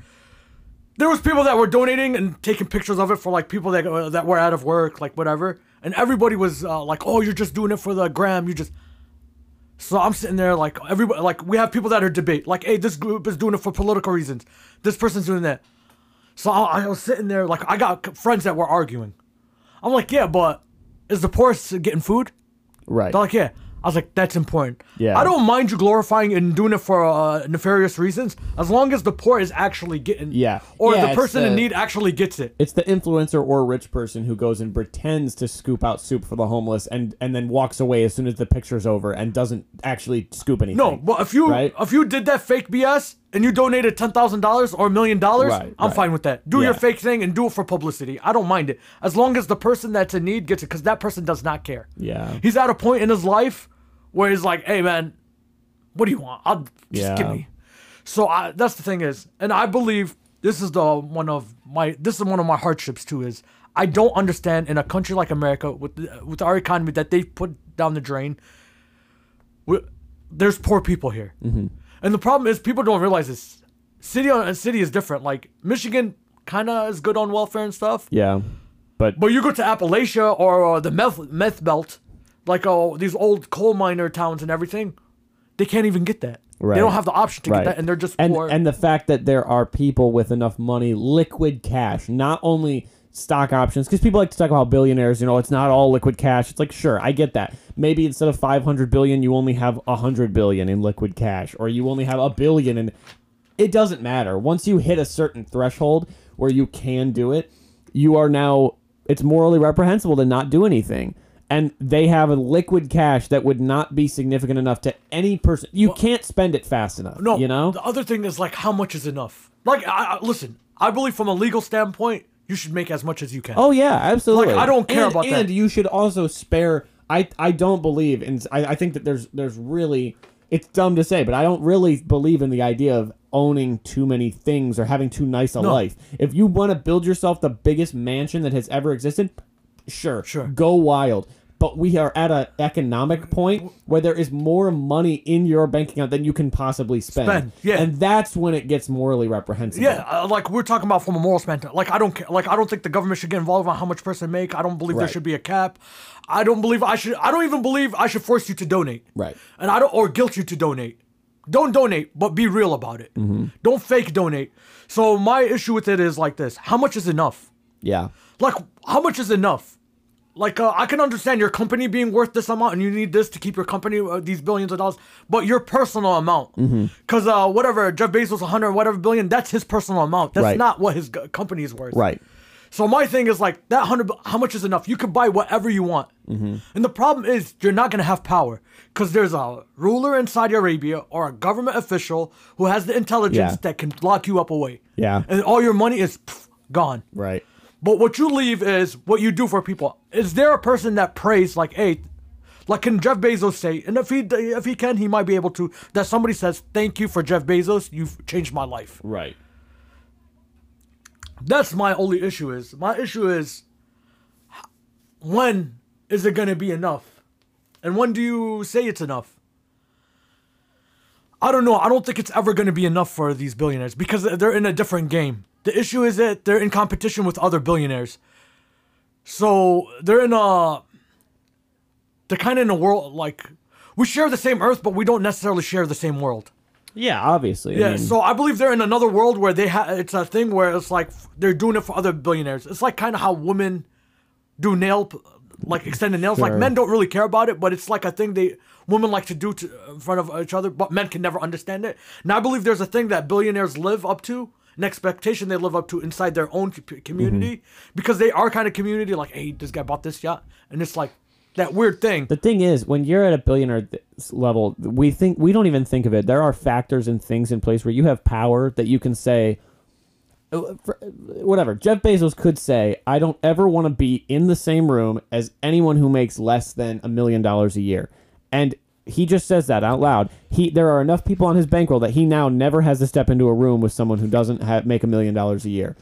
Speaker 1: there was people that were donating and taking pictures of it for like people that uh, that were out of work, like whatever. And everybody was uh, like, "Oh, you're just doing it for the gram. You just." So I'm sitting there like everybody, like we have people that are debate, like, "Hey, this group is doing it for political reasons. This person's doing that." So I, I was sitting there like I got c- friends that were arguing. I'm like, "Yeah, but is the poorest getting food?"
Speaker 2: Right.
Speaker 1: They're like, "Yeah." I was like, "That's important."
Speaker 2: Yeah.
Speaker 1: I don't mind you glorifying and doing it for uh, nefarious reasons, as long as the poor is actually getting
Speaker 2: Yeah.
Speaker 1: or
Speaker 3: Yeah,
Speaker 1: the
Speaker 3: it's
Speaker 1: person in
Speaker 3: the-
Speaker 1: need actually gets it.
Speaker 2: It's the influencer or rich person who goes and pretends to scoop out soup for the homeless and, and then walks away as soon as the picture's over and doesn't actually scoop anything.
Speaker 1: No, but if you
Speaker 2: Right.
Speaker 1: if you did that fake BS and you donated ten thousand dollars or a million dollars,
Speaker 2: Right,
Speaker 1: I'm
Speaker 2: right.
Speaker 1: fine with that. Do your
Speaker 2: Yeah.
Speaker 1: fake thing and do it for publicity. I don't mind it as long as the person that's in need gets it because that person does not care.
Speaker 2: Yeah.
Speaker 1: he's at a point in his life where he's like, "Hey, man, what do you want? I'll just give
Speaker 2: Yeah.
Speaker 1: me." So I, that's the thing is, and I believe this is the one of my this is one of my hardships too is I don't understand in a country like America with the- with our economy that they put down the drain. We, there's poor people here, and the problem is people don't realize this. City on city is different. Like Michigan, kind of is good on welfare and stuff.
Speaker 2: Yeah, but
Speaker 1: But you go to Appalachia or uh, the meth meth belt, like oh these old coal miner towns and everything, they can't even get that.
Speaker 2: Right.
Speaker 1: They don't have the option to
Speaker 2: right,
Speaker 1: get that, and they're just
Speaker 2: and
Speaker 1: poor.
Speaker 2: and the fact that there are people with enough money, liquid cash, not only stock options, because people like to talk about billionaires. You know, it's not all liquid cash. It's like sure, I get that. Maybe instead of five hundred billion, you only have hundred billion in liquid cash, or you only have a billion in it doesn't matter. Once you hit a certain threshold where you can do it, you are now it's morally reprehensible to not do anything. And they have a liquid cash that would not be significant enough to any person. You can't spend it fast enough.
Speaker 1: no,
Speaker 2: you know.
Speaker 1: the other thing is like how much is enough. Like, I, I, listen, I believe from a legal standpoint, you should make as much as you can.
Speaker 2: Oh yeah, absolutely.
Speaker 1: Like, I don't care
Speaker 2: And-
Speaker 1: about that.
Speaker 2: And you should also spare. I I don't believe, and I, I think that there's there's really it's dumb to say, but I don't really believe in the idea of owning too many things or having too nice a life. If you want to build yourself the biggest mansion that has ever existed, sure,
Speaker 1: Sure.
Speaker 2: go wild. But we are at an economic point where there is more money in your bank account than you can possibly spend.
Speaker 1: Spend, yeah.
Speaker 2: And that's when it gets morally reprehensible.
Speaker 1: Yeah, uh, like we're talking about from a moral standpoint. Like I don't care. Like I don't think the government should get involved on how much person make. I don't believe there
Speaker 2: Right.
Speaker 1: should be a cap. I don't believe I should. I don't even believe I should force you to donate.
Speaker 2: Right.
Speaker 1: And I don't or guilt you to donate. Don't donate, but be real about it. Don't fake donate. So my issue with it is like this: How much is enough?
Speaker 2: Yeah.
Speaker 1: Like how much is enough? Like uh, I can understand your company being worth this amount, and you need this to keep your company uh, these billions of dollars, but your personal amount, because uh, whatever Jeff Bezos, hundred whatever billion, that's his personal amount. That's
Speaker 2: Right.
Speaker 1: not what his g- company is worth.
Speaker 2: Right.
Speaker 1: So my thing is like that hundred. How much is enough? You can buy whatever you want,
Speaker 2: Mm-hmm.
Speaker 1: and the problem is you're not gonna have power because there's a ruler in Saudi Arabia or a government official who has the intelligence
Speaker 2: Yeah.
Speaker 1: that can lock you up away.
Speaker 2: Yeah.
Speaker 1: and all your money is pff, gone.
Speaker 2: Right.
Speaker 1: But what you leave is what you do for people. Is there a person that prays like, hey, like can Jeff Bezos say, and if he if he can, he might be able to. That somebody says, thank you for Jeff Bezos, you've changed my life.
Speaker 2: Right.
Speaker 1: That's my only issue. Is my issue is when is it gonna be enough, and when do you say it's enough? I don't know. I don't think it's ever gonna be enough for these billionaires because they're in a different game. The issue is that they're in competition with other billionaires. So they're in a. They're kind of in a world like. We share the same earth, but we don't necessarily share the same world.
Speaker 2: Yeah, obviously. I
Speaker 1: Yeah,
Speaker 2: mean-
Speaker 1: so I believe they're in another world where they ha- it's a thing where it's like f- they're doing it for other billionaires. It's like kind of how women do nail p- like extended nails. Like
Speaker 2: Sure.
Speaker 1: men don't really care about it, but it's like a thing they women like to do to, in front of each other, but men can never understand it. And I believe there's a thing that billionaires live up to, an expectation they live up to inside their own c- community
Speaker 2: Mm-hmm.
Speaker 1: because they are kind of community like, "Hey, this guy bought this yacht." And it's like that weird thing.
Speaker 2: The thing is, when you're at a billionaire th- level, we think we don't even think of it. There are factors and things in place where you have power that you can say, uh, for- whatever. Jeff Bezos could say, "I don't ever want to be in the same room as anyone who makes less than a million dollars a year," and he just says that out loud. He there are enough people on his bankroll that he now never has to step into a room with someone who doesn't ha make a million dollars a year,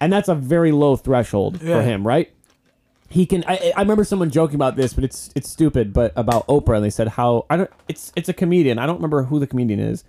Speaker 2: and that's a very low threshold for
Speaker 1: Yeah.
Speaker 2: him, right? he can I, I remember someone joking about this but it's it's stupid but about oprah and they said how i don't it's it's a comedian i don't remember who the comedian is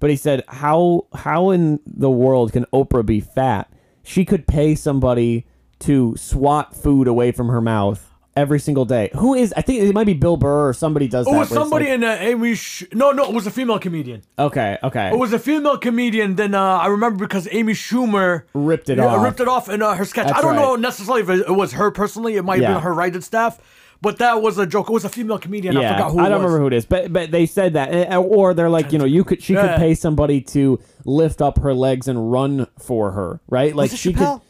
Speaker 2: but he said how how in the world can oprah be fat she could pay somebody to swat food away from her mouth every single day who is i think it might be bill burr or somebody does
Speaker 1: It
Speaker 2: that
Speaker 1: was
Speaker 2: where it's
Speaker 1: somebody
Speaker 2: like-
Speaker 1: in a Amy. Sh- no, no, it was a female comedian.
Speaker 2: okay okay
Speaker 1: It was a female comedian. Then uh, I remember because Amy Schumer
Speaker 2: Ripped it
Speaker 1: Yeah,
Speaker 2: off.
Speaker 1: Ripped it off in uh, her sketch.
Speaker 2: That's
Speaker 1: I don't
Speaker 2: right.
Speaker 1: know necessarily if it, it was her personally. It might
Speaker 2: Yeah.
Speaker 1: have been her writing staff, but that was a joke. It was a female comedian. I forgot who.
Speaker 2: I
Speaker 1: it
Speaker 2: don't
Speaker 1: was.
Speaker 2: remember who it is, but but they said that, eh, or they're like, you know, you could she
Speaker 1: Yeah.
Speaker 2: could pay somebody to lift up her legs and run for her, right? Like
Speaker 1: it
Speaker 2: she
Speaker 1: Chappelle?
Speaker 2: could.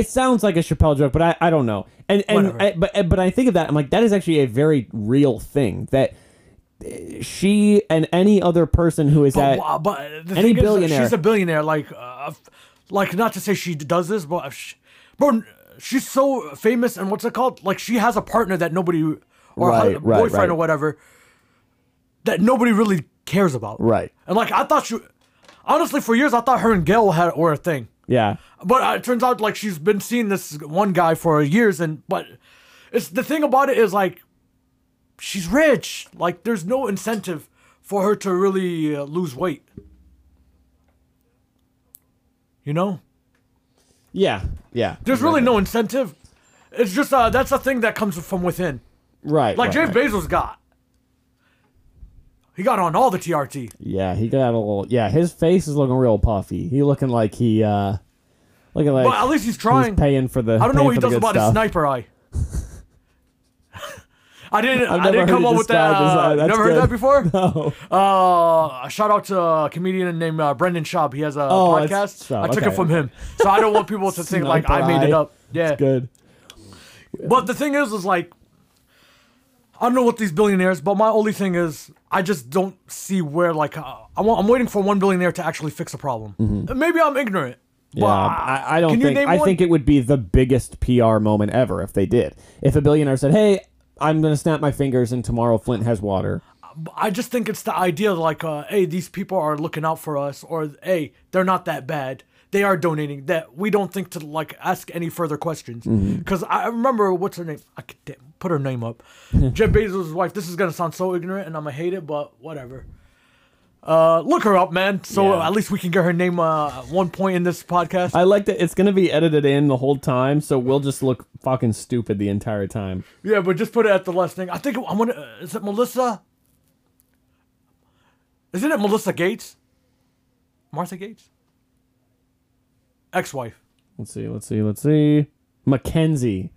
Speaker 2: It sounds like a Chappelle joke, but I, I don't know. And and
Speaker 1: Whatever.
Speaker 2: I, but eh, but I think of that, I'm like, that is actually a very real thing that eh, she and any other person who is at
Speaker 1: But, wow, but the
Speaker 2: any
Speaker 1: thing is, uh,
Speaker 2: billionaire-
Speaker 1: she's a billionaire. Like, uh, f- like not to say she does this, but she, bro, she's so famous and what's it called? Like, she has a partner that nobody or
Speaker 2: Right,
Speaker 1: a,
Speaker 2: right,
Speaker 1: boyfriend
Speaker 2: right.
Speaker 1: or whatever that nobody really cares about.
Speaker 2: Right.
Speaker 1: And like, I thought she, honestly, for years I thought her and Gail had were a thing.
Speaker 2: yeah
Speaker 1: But uh, it turns out like she's been seeing this one guy for years, and but it's the thing about it is like she's rich. Like there's no incentive for her to really uh, lose weight. You know,
Speaker 2: Yeah, yeah.
Speaker 1: There's really no incentive. It's just uh, that's a thing that comes from within.
Speaker 2: right.
Speaker 1: Like
Speaker 2: right,
Speaker 1: Jeff
Speaker 2: right.
Speaker 1: Bezos got. He got on all the TRT.
Speaker 2: Yeah, he got a little. Yeah, his face is looking real puffy. He looking like he, uh looking like
Speaker 1: But at least he's trying.
Speaker 2: he's paying for the.
Speaker 1: I don't know
Speaker 2: paying
Speaker 1: what he
Speaker 2: for the
Speaker 1: does about
Speaker 2: good stuff.
Speaker 1: his sniper eye. I didn't. I
Speaker 2: never
Speaker 1: didn't come
Speaker 2: heard
Speaker 1: up
Speaker 2: it
Speaker 1: with that.
Speaker 2: described as that.
Speaker 1: Uh,
Speaker 2: That's
Speaker 1: never heard
Speaker 2: good.
Speaker 1: that before.
Speaker 2: No.
Speaker 1: Uh, shout out to a comedian named uh, Brendan Schaub. He has a
Speaker 2: Oh, it's
Speaker 1: podcast.
Speaker 2: Schaub,
Speaker 1: I took
Speaker 2: okay.
Speaker 1: it from him, so I don't want people to think like I made it
Speaker 2: Sniper eye.
Speaker 1: up. Yeah,
Speaker 2: It's good.
Speaker 1: but the thing is, is like, I don't know what these billionaires. But my only thing is, I just don't see where like uh, I'm, I'm waiting for one billionaire to actually fix a problem. Maybe I'm ignorant.
Speaker 2: Mm-hmm. Yeah, I, I don't
Speaker 1: can you
Speaker 2: think.
Speaker 1: name
Speaker 2: I
Speaker 1: one?
Speaker 2: think it would be the biggest PR moment ever if they did. If a billionaire said, "Hey, I'm gonna snap my fingers and tomorrow Flint has water."
Speaker 1: I just think it's the idea like, uh, hey, these people are looking out for us, or hey, they're not that bad. They are donating. That we don't think to like ask any further questions. Because I remember what's her name. I could damn- put her name up. Jeff Bezos' wife. This is gonna sound so ignorant, and I'm gonna hate it, but whatever. Uh, look her up, man. So
Speaker 2: Yeah.
Speaker 1: at least we can get her name uh, at one point in this podcast.
Speaker 2: I like that it's gonna be edited in the whole time, so we'll just look fucking stupid the entire time.
Speaker 1: yeah, but just put it at the last thing. I think I'm gonna. Uh, is it Melissa? Isn't it Melissa Gates? Martha Gates? Ex-wife.
Speaker 2: Let's see. Let's see. Let's see. Mackenzie.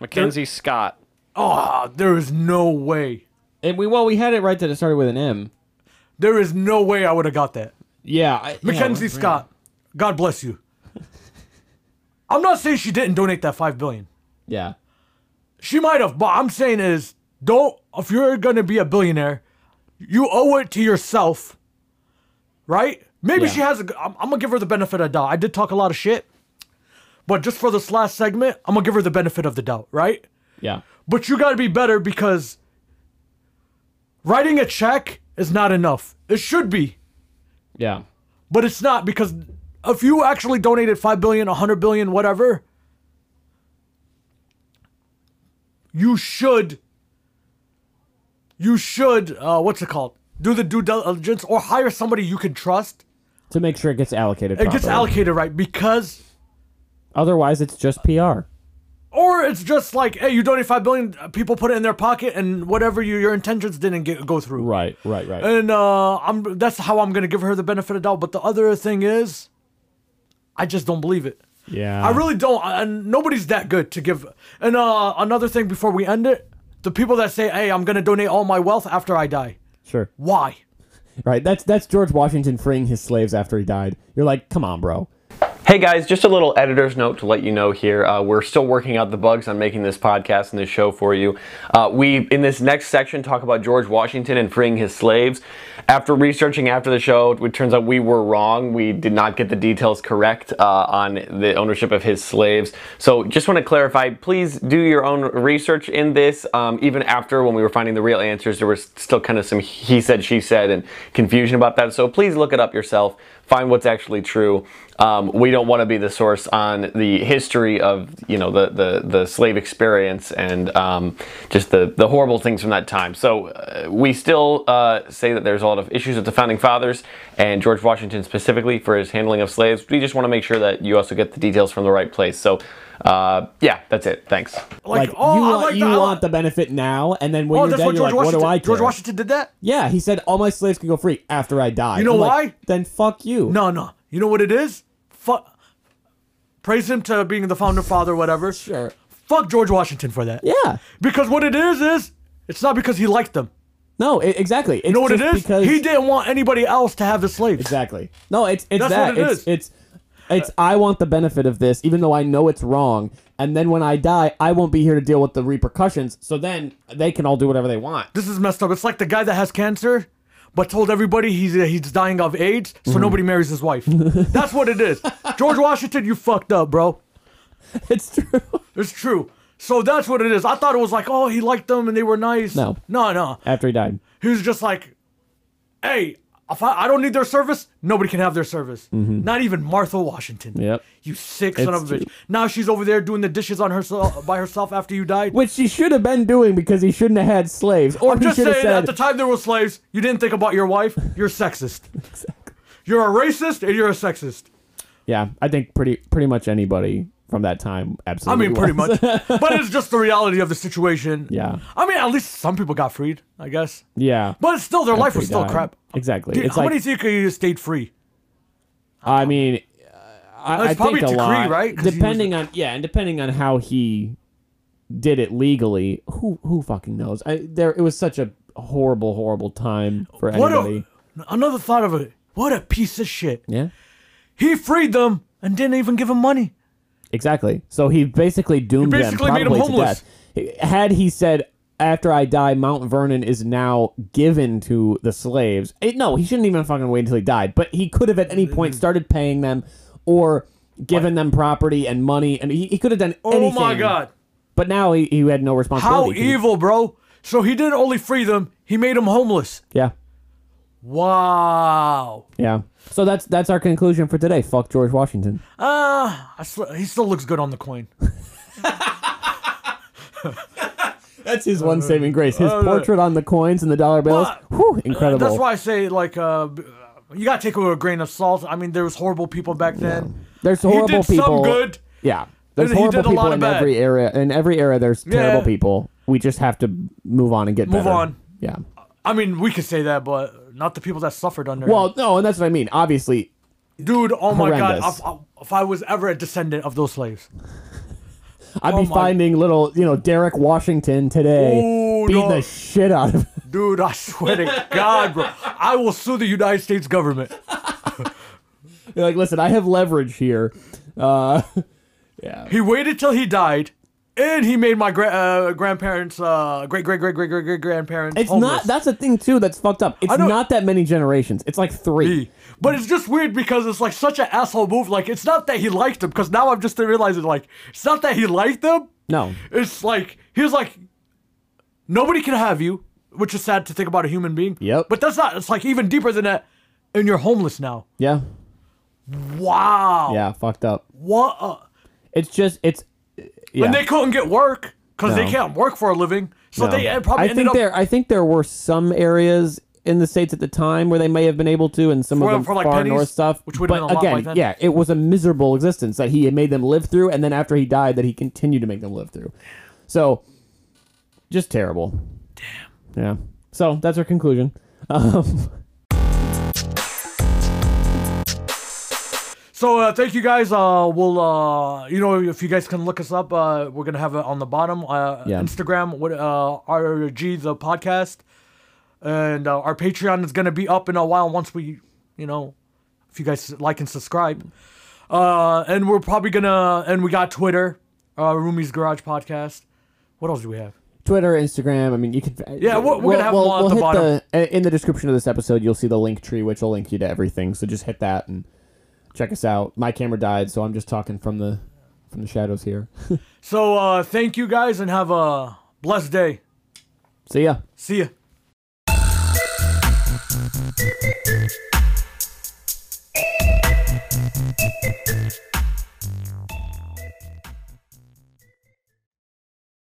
Speaker 3: Mackenzie Scott.
Speaker 1: Oh, there is no way.
Speaker 3: And we well, we had it right that it started with an M.
Speaker 1: There is no way I would have got that.
Speaker 3: Yeah, I,
Speaker 1: Mackenzie Scott. God bless you. I'm not saying she didn't donate that five billion.
Speaker 2: Yeah.
Speaker 1: She might have, but I'm saying is don't if you're gonna be a billionaire, you owe it to yourself, right? Maybe
Speaker 2: Yeah.
Speaker 1: she has. A, I'm, I'm gonna give her the benefit of the doubt. I did talk a lot of shit, but just for this last segment, I'm gonna give her the benefit of the doubt, right?
Speaker 2: Yeah.
Speaker 1: But you gotta be better because writing a check is not enough. It should be,
Speaker 2: Yeah.
Speaker 1: but it's not because if you actually donated 5 billion 100 billion whatever you should you should uh, what's it called do the due diligence or hire somebody you can trust
Speaker 2: To make sure it gets allocated.
Speaker 1: it gets
Speaker 2: properly.
Speaker 1: allocated right because
Speaker 2: Otherwise, it's just PR.
Speaker 1: or it's just like hey you donate 5 billion uh, people put it in their pocket and whatever you, your intentions didn't get, go through
Speaker 2: Right. Right. Right.
Speaker 1: and uh, I'm that's how I'm gonna give her the benefit of doubt. But the other thing is, I just don't believe it.
Speaker 2: yeah.
Speaker 1: I really don't. I- And nobody's that good to give. And uh, another thing before we end it, the people that say, "Hey, I'm gonna donate all my wealth after I die,"
Speaker 2: sure.
Speaker 1: why?
Speaker 2: Right. That's that's George Washington freeing his slaves after he died. You're like, come on, bro.
Speaker 3: Hey guys, just a little editor's note to let you know here. Uh, we're still working out the bugs on making this podcast and this show for you. Uh, we, in this next section, talk about George Washington and freeing his slaves. After researching after the show, it turns out we were wrong. We did not get the details correct uh, on the ownership of his slaves. So just want to clarify please do your own research in this. Um, even after when we were finding the real answers, there was still kind of some he said, she said, and confusion about that. So please look it up yourself, find what's actually true. Um, we don't want to be the source on the history of you know the the, the slave experience and um, just the the horrible things from that time. So uh, we still uh, say that there's a lot of issues with the founding fathers and George Washington specifically for his handling of slaves. We just want to make sure that you also get the details from the right place. So uh, yeah, that's it. Thanks.
Speaker 1: Like,
Speaker 2: you
Speaker 1: oh, I
Speaker 2: want,
Speaker 1: like
Speaker 2: you
Speaker 1: the, I
Speaker 2: want
Speaker 1: like-
Speaker 2: the benefit now, and then when
Speaker 1: Oh,
Speaker 2: you're
Speaker 1: that's
Speaker 2: dead,
Speaker 1: what
Speaker 2: you're
Speaker 1: George
Speaker 2: like, what
Speaker 1: Washington.
Speaker 2: do I care?
Speaker 1: George Washington did that.
Speaker 2: Yeah, he said all my slaves can go free after I die. You
Speaker 1: know why?
Speaker 2: then fuck you.
Speaker 1: No, no. You know what it is? Fuck. Praise him to being the founder, father, whatever.
Speaker 2: Sure.
Speaker 1: Fuck George Washington for that.
Speaker 2: Yeah.
Speaker 1: Because what it is is, it's not because he liked them.
Speaker 2: No. i- exactly. It's
Speaker 1: You know what it
Speaker 2: just
Speaker 1: is?
Speaker 2: Because
Speaker 1: He didn't want anybody else to have the slaves.
Speaker 2: Exactly. No, it's it's
Speaker 1: That's
Speaker 2: that.
Speaker 1: what it
Speaker 2: it's,
Speaker 1: is.
Speaker 2: it's it's I want the benefit of this, even though I know it's wrong. And then when I die, I won't be here to deal with the repercussions. So then they can all do whatever they want.
Speaker 1: This is messed up. It's like the guy that has cancer, but told everybody he's uh, he's dying of AIDS, so
Speaker 2: Mm.
Speaker 1: nobody marries his wife. That's what it is. George Washington, you fucked up, bro.
Speaker 2: It's true.
Speaker 1: It's true. So that's what it is. I thought it was like, oh, he liked them and they were nice.
Speaker 2: No.
Speaker 1: no, no.
Speaker 2: After he died.
Speaker 1: He was just like, hey, if I, I don't need their service, nobody can have their service. Not even Martha Washington.
Speaker 2: Mm-hmm. Yep.
Speaker 1: You sick son
Speaker 2: It's
Speaker 1: of a bitch.
Speaker 2: true.
Speaker 1: Now she's over there doing the dishes on herself by herself after you died.
Speaker 2: Which he should have been doing because he shouldn't have had slaves. Or
Speaker 1: I'm
Speaker 2: he
Speaker 1: just
Speaker 2: should have
Speaker 1: saying, at
Speaker 2: said,
Speaker 1: the time there were slaves, you didn't think about your wife. You're sexist. You're a racist and you're a sexist.
Speaker 2: Yeah, I think pretty pretty much anybody from that time
Speaker 1: I
Speaker 2: absolutely.
Speaker 1: mean, pretty much.
Speaker 2: was.
Speaker 1: but it's just the reality of the situation.
Speaker 2: Yeah.
Speaker 1: I mean, at least some people got freed, I guess.
Speaker 2: yeah.
Speaker 1: But still, their life was still
Speaker 2: died.
Speaker 1: crap.
Speaker 2: Exactly.
Speaker 1: Dude,
Speaker 2: uh, it's
Speaker 1: how
Speaker 2: like
Speaker 1: many think you stayed free?
Speaker 2: I mean, I,
Speaker 1: It's
Speaker 2: I
Speaker 1: probably
Speaker 2: think
Speaker 1: Decree,
Speaker 2: a lot,
Speaker 1: right? 'Cause he was-
Speaker 2: Depending on yeah, and depending on how he did it legally, who who fucking knows? I there it was such a horrible, horrible time for
Speaker 1: What
Speaker 2: anybody.
Speaker 1: a, another thought of it. What a piece of shit.
Speaker 2: yeah,
Speaker 1: He freed them and didn't even give them money.
Speaker 2: exactly. So he basically doomed
Speaker 1: He basically
Speaker 2: them
Speaker 1: made 'em
Speaker 2: probably to
Speaker 1: homeless.
Speaker 2: death. H- Had he said. After I die, Mount Vernon is now given to the slaves. It, no, he shouldn't even fucking wait until he died. But he could have at any point started paying them, or given them property and money, and he, he could have done anything.
Speaker 1: Oh my god.
Speaker 2: But now he, he had no
Speaker 1: How
Speaker 2: responsibility. 'cause he-
Speaker 1: evil, bro. So he didn't only free them, he made them homeless.
Speaker 2: Yeah,
Speaker 1: Wow.
Speaker 2: yeah. So that's that's our conclusion for today. Fuck George Washington.
Speaker 1: Ah, I sl- he still looks good on the coin.
Speaker 2: That's his one saving grace. His portrait on the coins and the dollar bills.
Speaker 1: Well,
Speaker 2: Whew, incredible.
Speaker 1: Oh, That's why I say like uh, b- you gotta take it with a grain of salt. I mean, there was horrible people back then.
Speaker 2: There's horrible
Speaker 1: he did some
Speaker 2: people.
Speaker 1: good.
Speaker 2: Yeah. There's
Speaker 1: He did
Speaker 2: horrible
Speaker 1: a lot
Speaker 2: people
Speaker 1: of
Speaker 2: in
Speaker 1: bad.
Speaker 2: every area. In every era, there's terrible
Speaker 1: Yeah.
Speaker 2: people. We just have to move on and get
Speaker 1: Move
Speaker 2: better.
Speaker 1: on.
Speaker 2: Yeah.
Speaker 1: I mean, we could say that, but not the people that suffered under.
Speaker 2: Well, no, and that's what I mean. Obviously,
Speaker 1: him. dude, oh my god,
Speaker 2: horrendous.
Speaker 1: if, if I was ever a descendant of those slaves,
Speaker 2: I'd
Speaker 1: Oh
Speaker 2: be
Speaker 1: my-
Speaker 2: finding little, you know, Derek Washington today,
Speaker 1: Ooh,
Speaker 2: beating
Speaker 1: no.
Speaker 2: the shit out of him.
Speaker 1: dude, I swear to God, bro, I will sue the United States government.
Speaker 2: You're like, listen, I have leverage here. Uh, yeah.
Speaker 1: He waited till he died. And he made my gra- uh, grandparents, uh, great, great, great, great, great, great grandparents.
Speaker 2: It's
Speaker 1: homeless.
Speaker 2: not. That's a thing too. That's fucked up. It's
Speaker 1: know-
Speaker 2: not that many generations. It's like three.
Speaker 1: be. But it's just weird because it's like such an asshole move. Like it's not that he liked them, because now I'm just realizing like it's not that he liked them.
Speaker 2: No.
Speaker 1: It's like he's like nobody can have you, which is sad to think about a human being.
Speaker 2: Yep.
Speaker 1: But that's not. It's like even deeper than that. And you're homeless now.
Speaker 2: Yeah.
Speaker 1: Wow.
Speaker 2: Yeah. Fucked up.
Speaker 1: What? A,
Speaker 2: It's just. It's. Yeah.
Speaker 1: And they couldn't get work because
Speaker 2: No.
Speaker 1: they can't work for a living. So
Speaker 2: No.
Speaker 1: they uh, probably
Speaker 2: I
Speaker 1: ended
Speaker 2: think
Speaker 1: up
Speaker 2: there. I think there were some areas in the states at the time where they may have been able to, and some
Speaker 1: For-
Speaker 2: of the
Speaker 1: for, like,
Speaker 2: far
Speaker 1: pennies,
Speaker 2: north stuff.
Speaker 1: which
Speaker 2: but
Speaker 1: would've been a lot
Speaker 2: again,
Speaker 1: by then.
Speaker 2: yeah, it was a miserable existence that he had made them live through, and then after he died, that he continued to make them live through. So, just terrible. Damn. Yeah. So that's our conclusion. Um,
Speaker 1: So uh, thank you guys. Uh, we'll uh, you know if you guys can look us up, uh, we're gonna have it on the bottom. Uh,
Speaker 2: Yeah.
Speaker 1: Instagram, what uh, RG the podcast, and uh, our Patreon is gonna be up in a while once we, you know, if you guys like and subscribe. Uh, and we're probably gonna and we got Twitter, uh, Rumi's Garage Podcast. What else do we have?
Speaker 2: Twitter, Instagram. I mean, you could.
Speaker 1: Yeah, we're- we're gonna have them all at the
Speaker 2: hit
Speaker 1: bottom.
Speaker 2: the- uh, in the description of this episode, you'll see the link tree, which will link you to everything. So just hit that and check us out. My camera died, so I'm just talking from the from the shadows here.
Speaker 1: So uh, thank you guys and have a blessed day.
Speaker 2: See ya.
Speaker 1: See ya.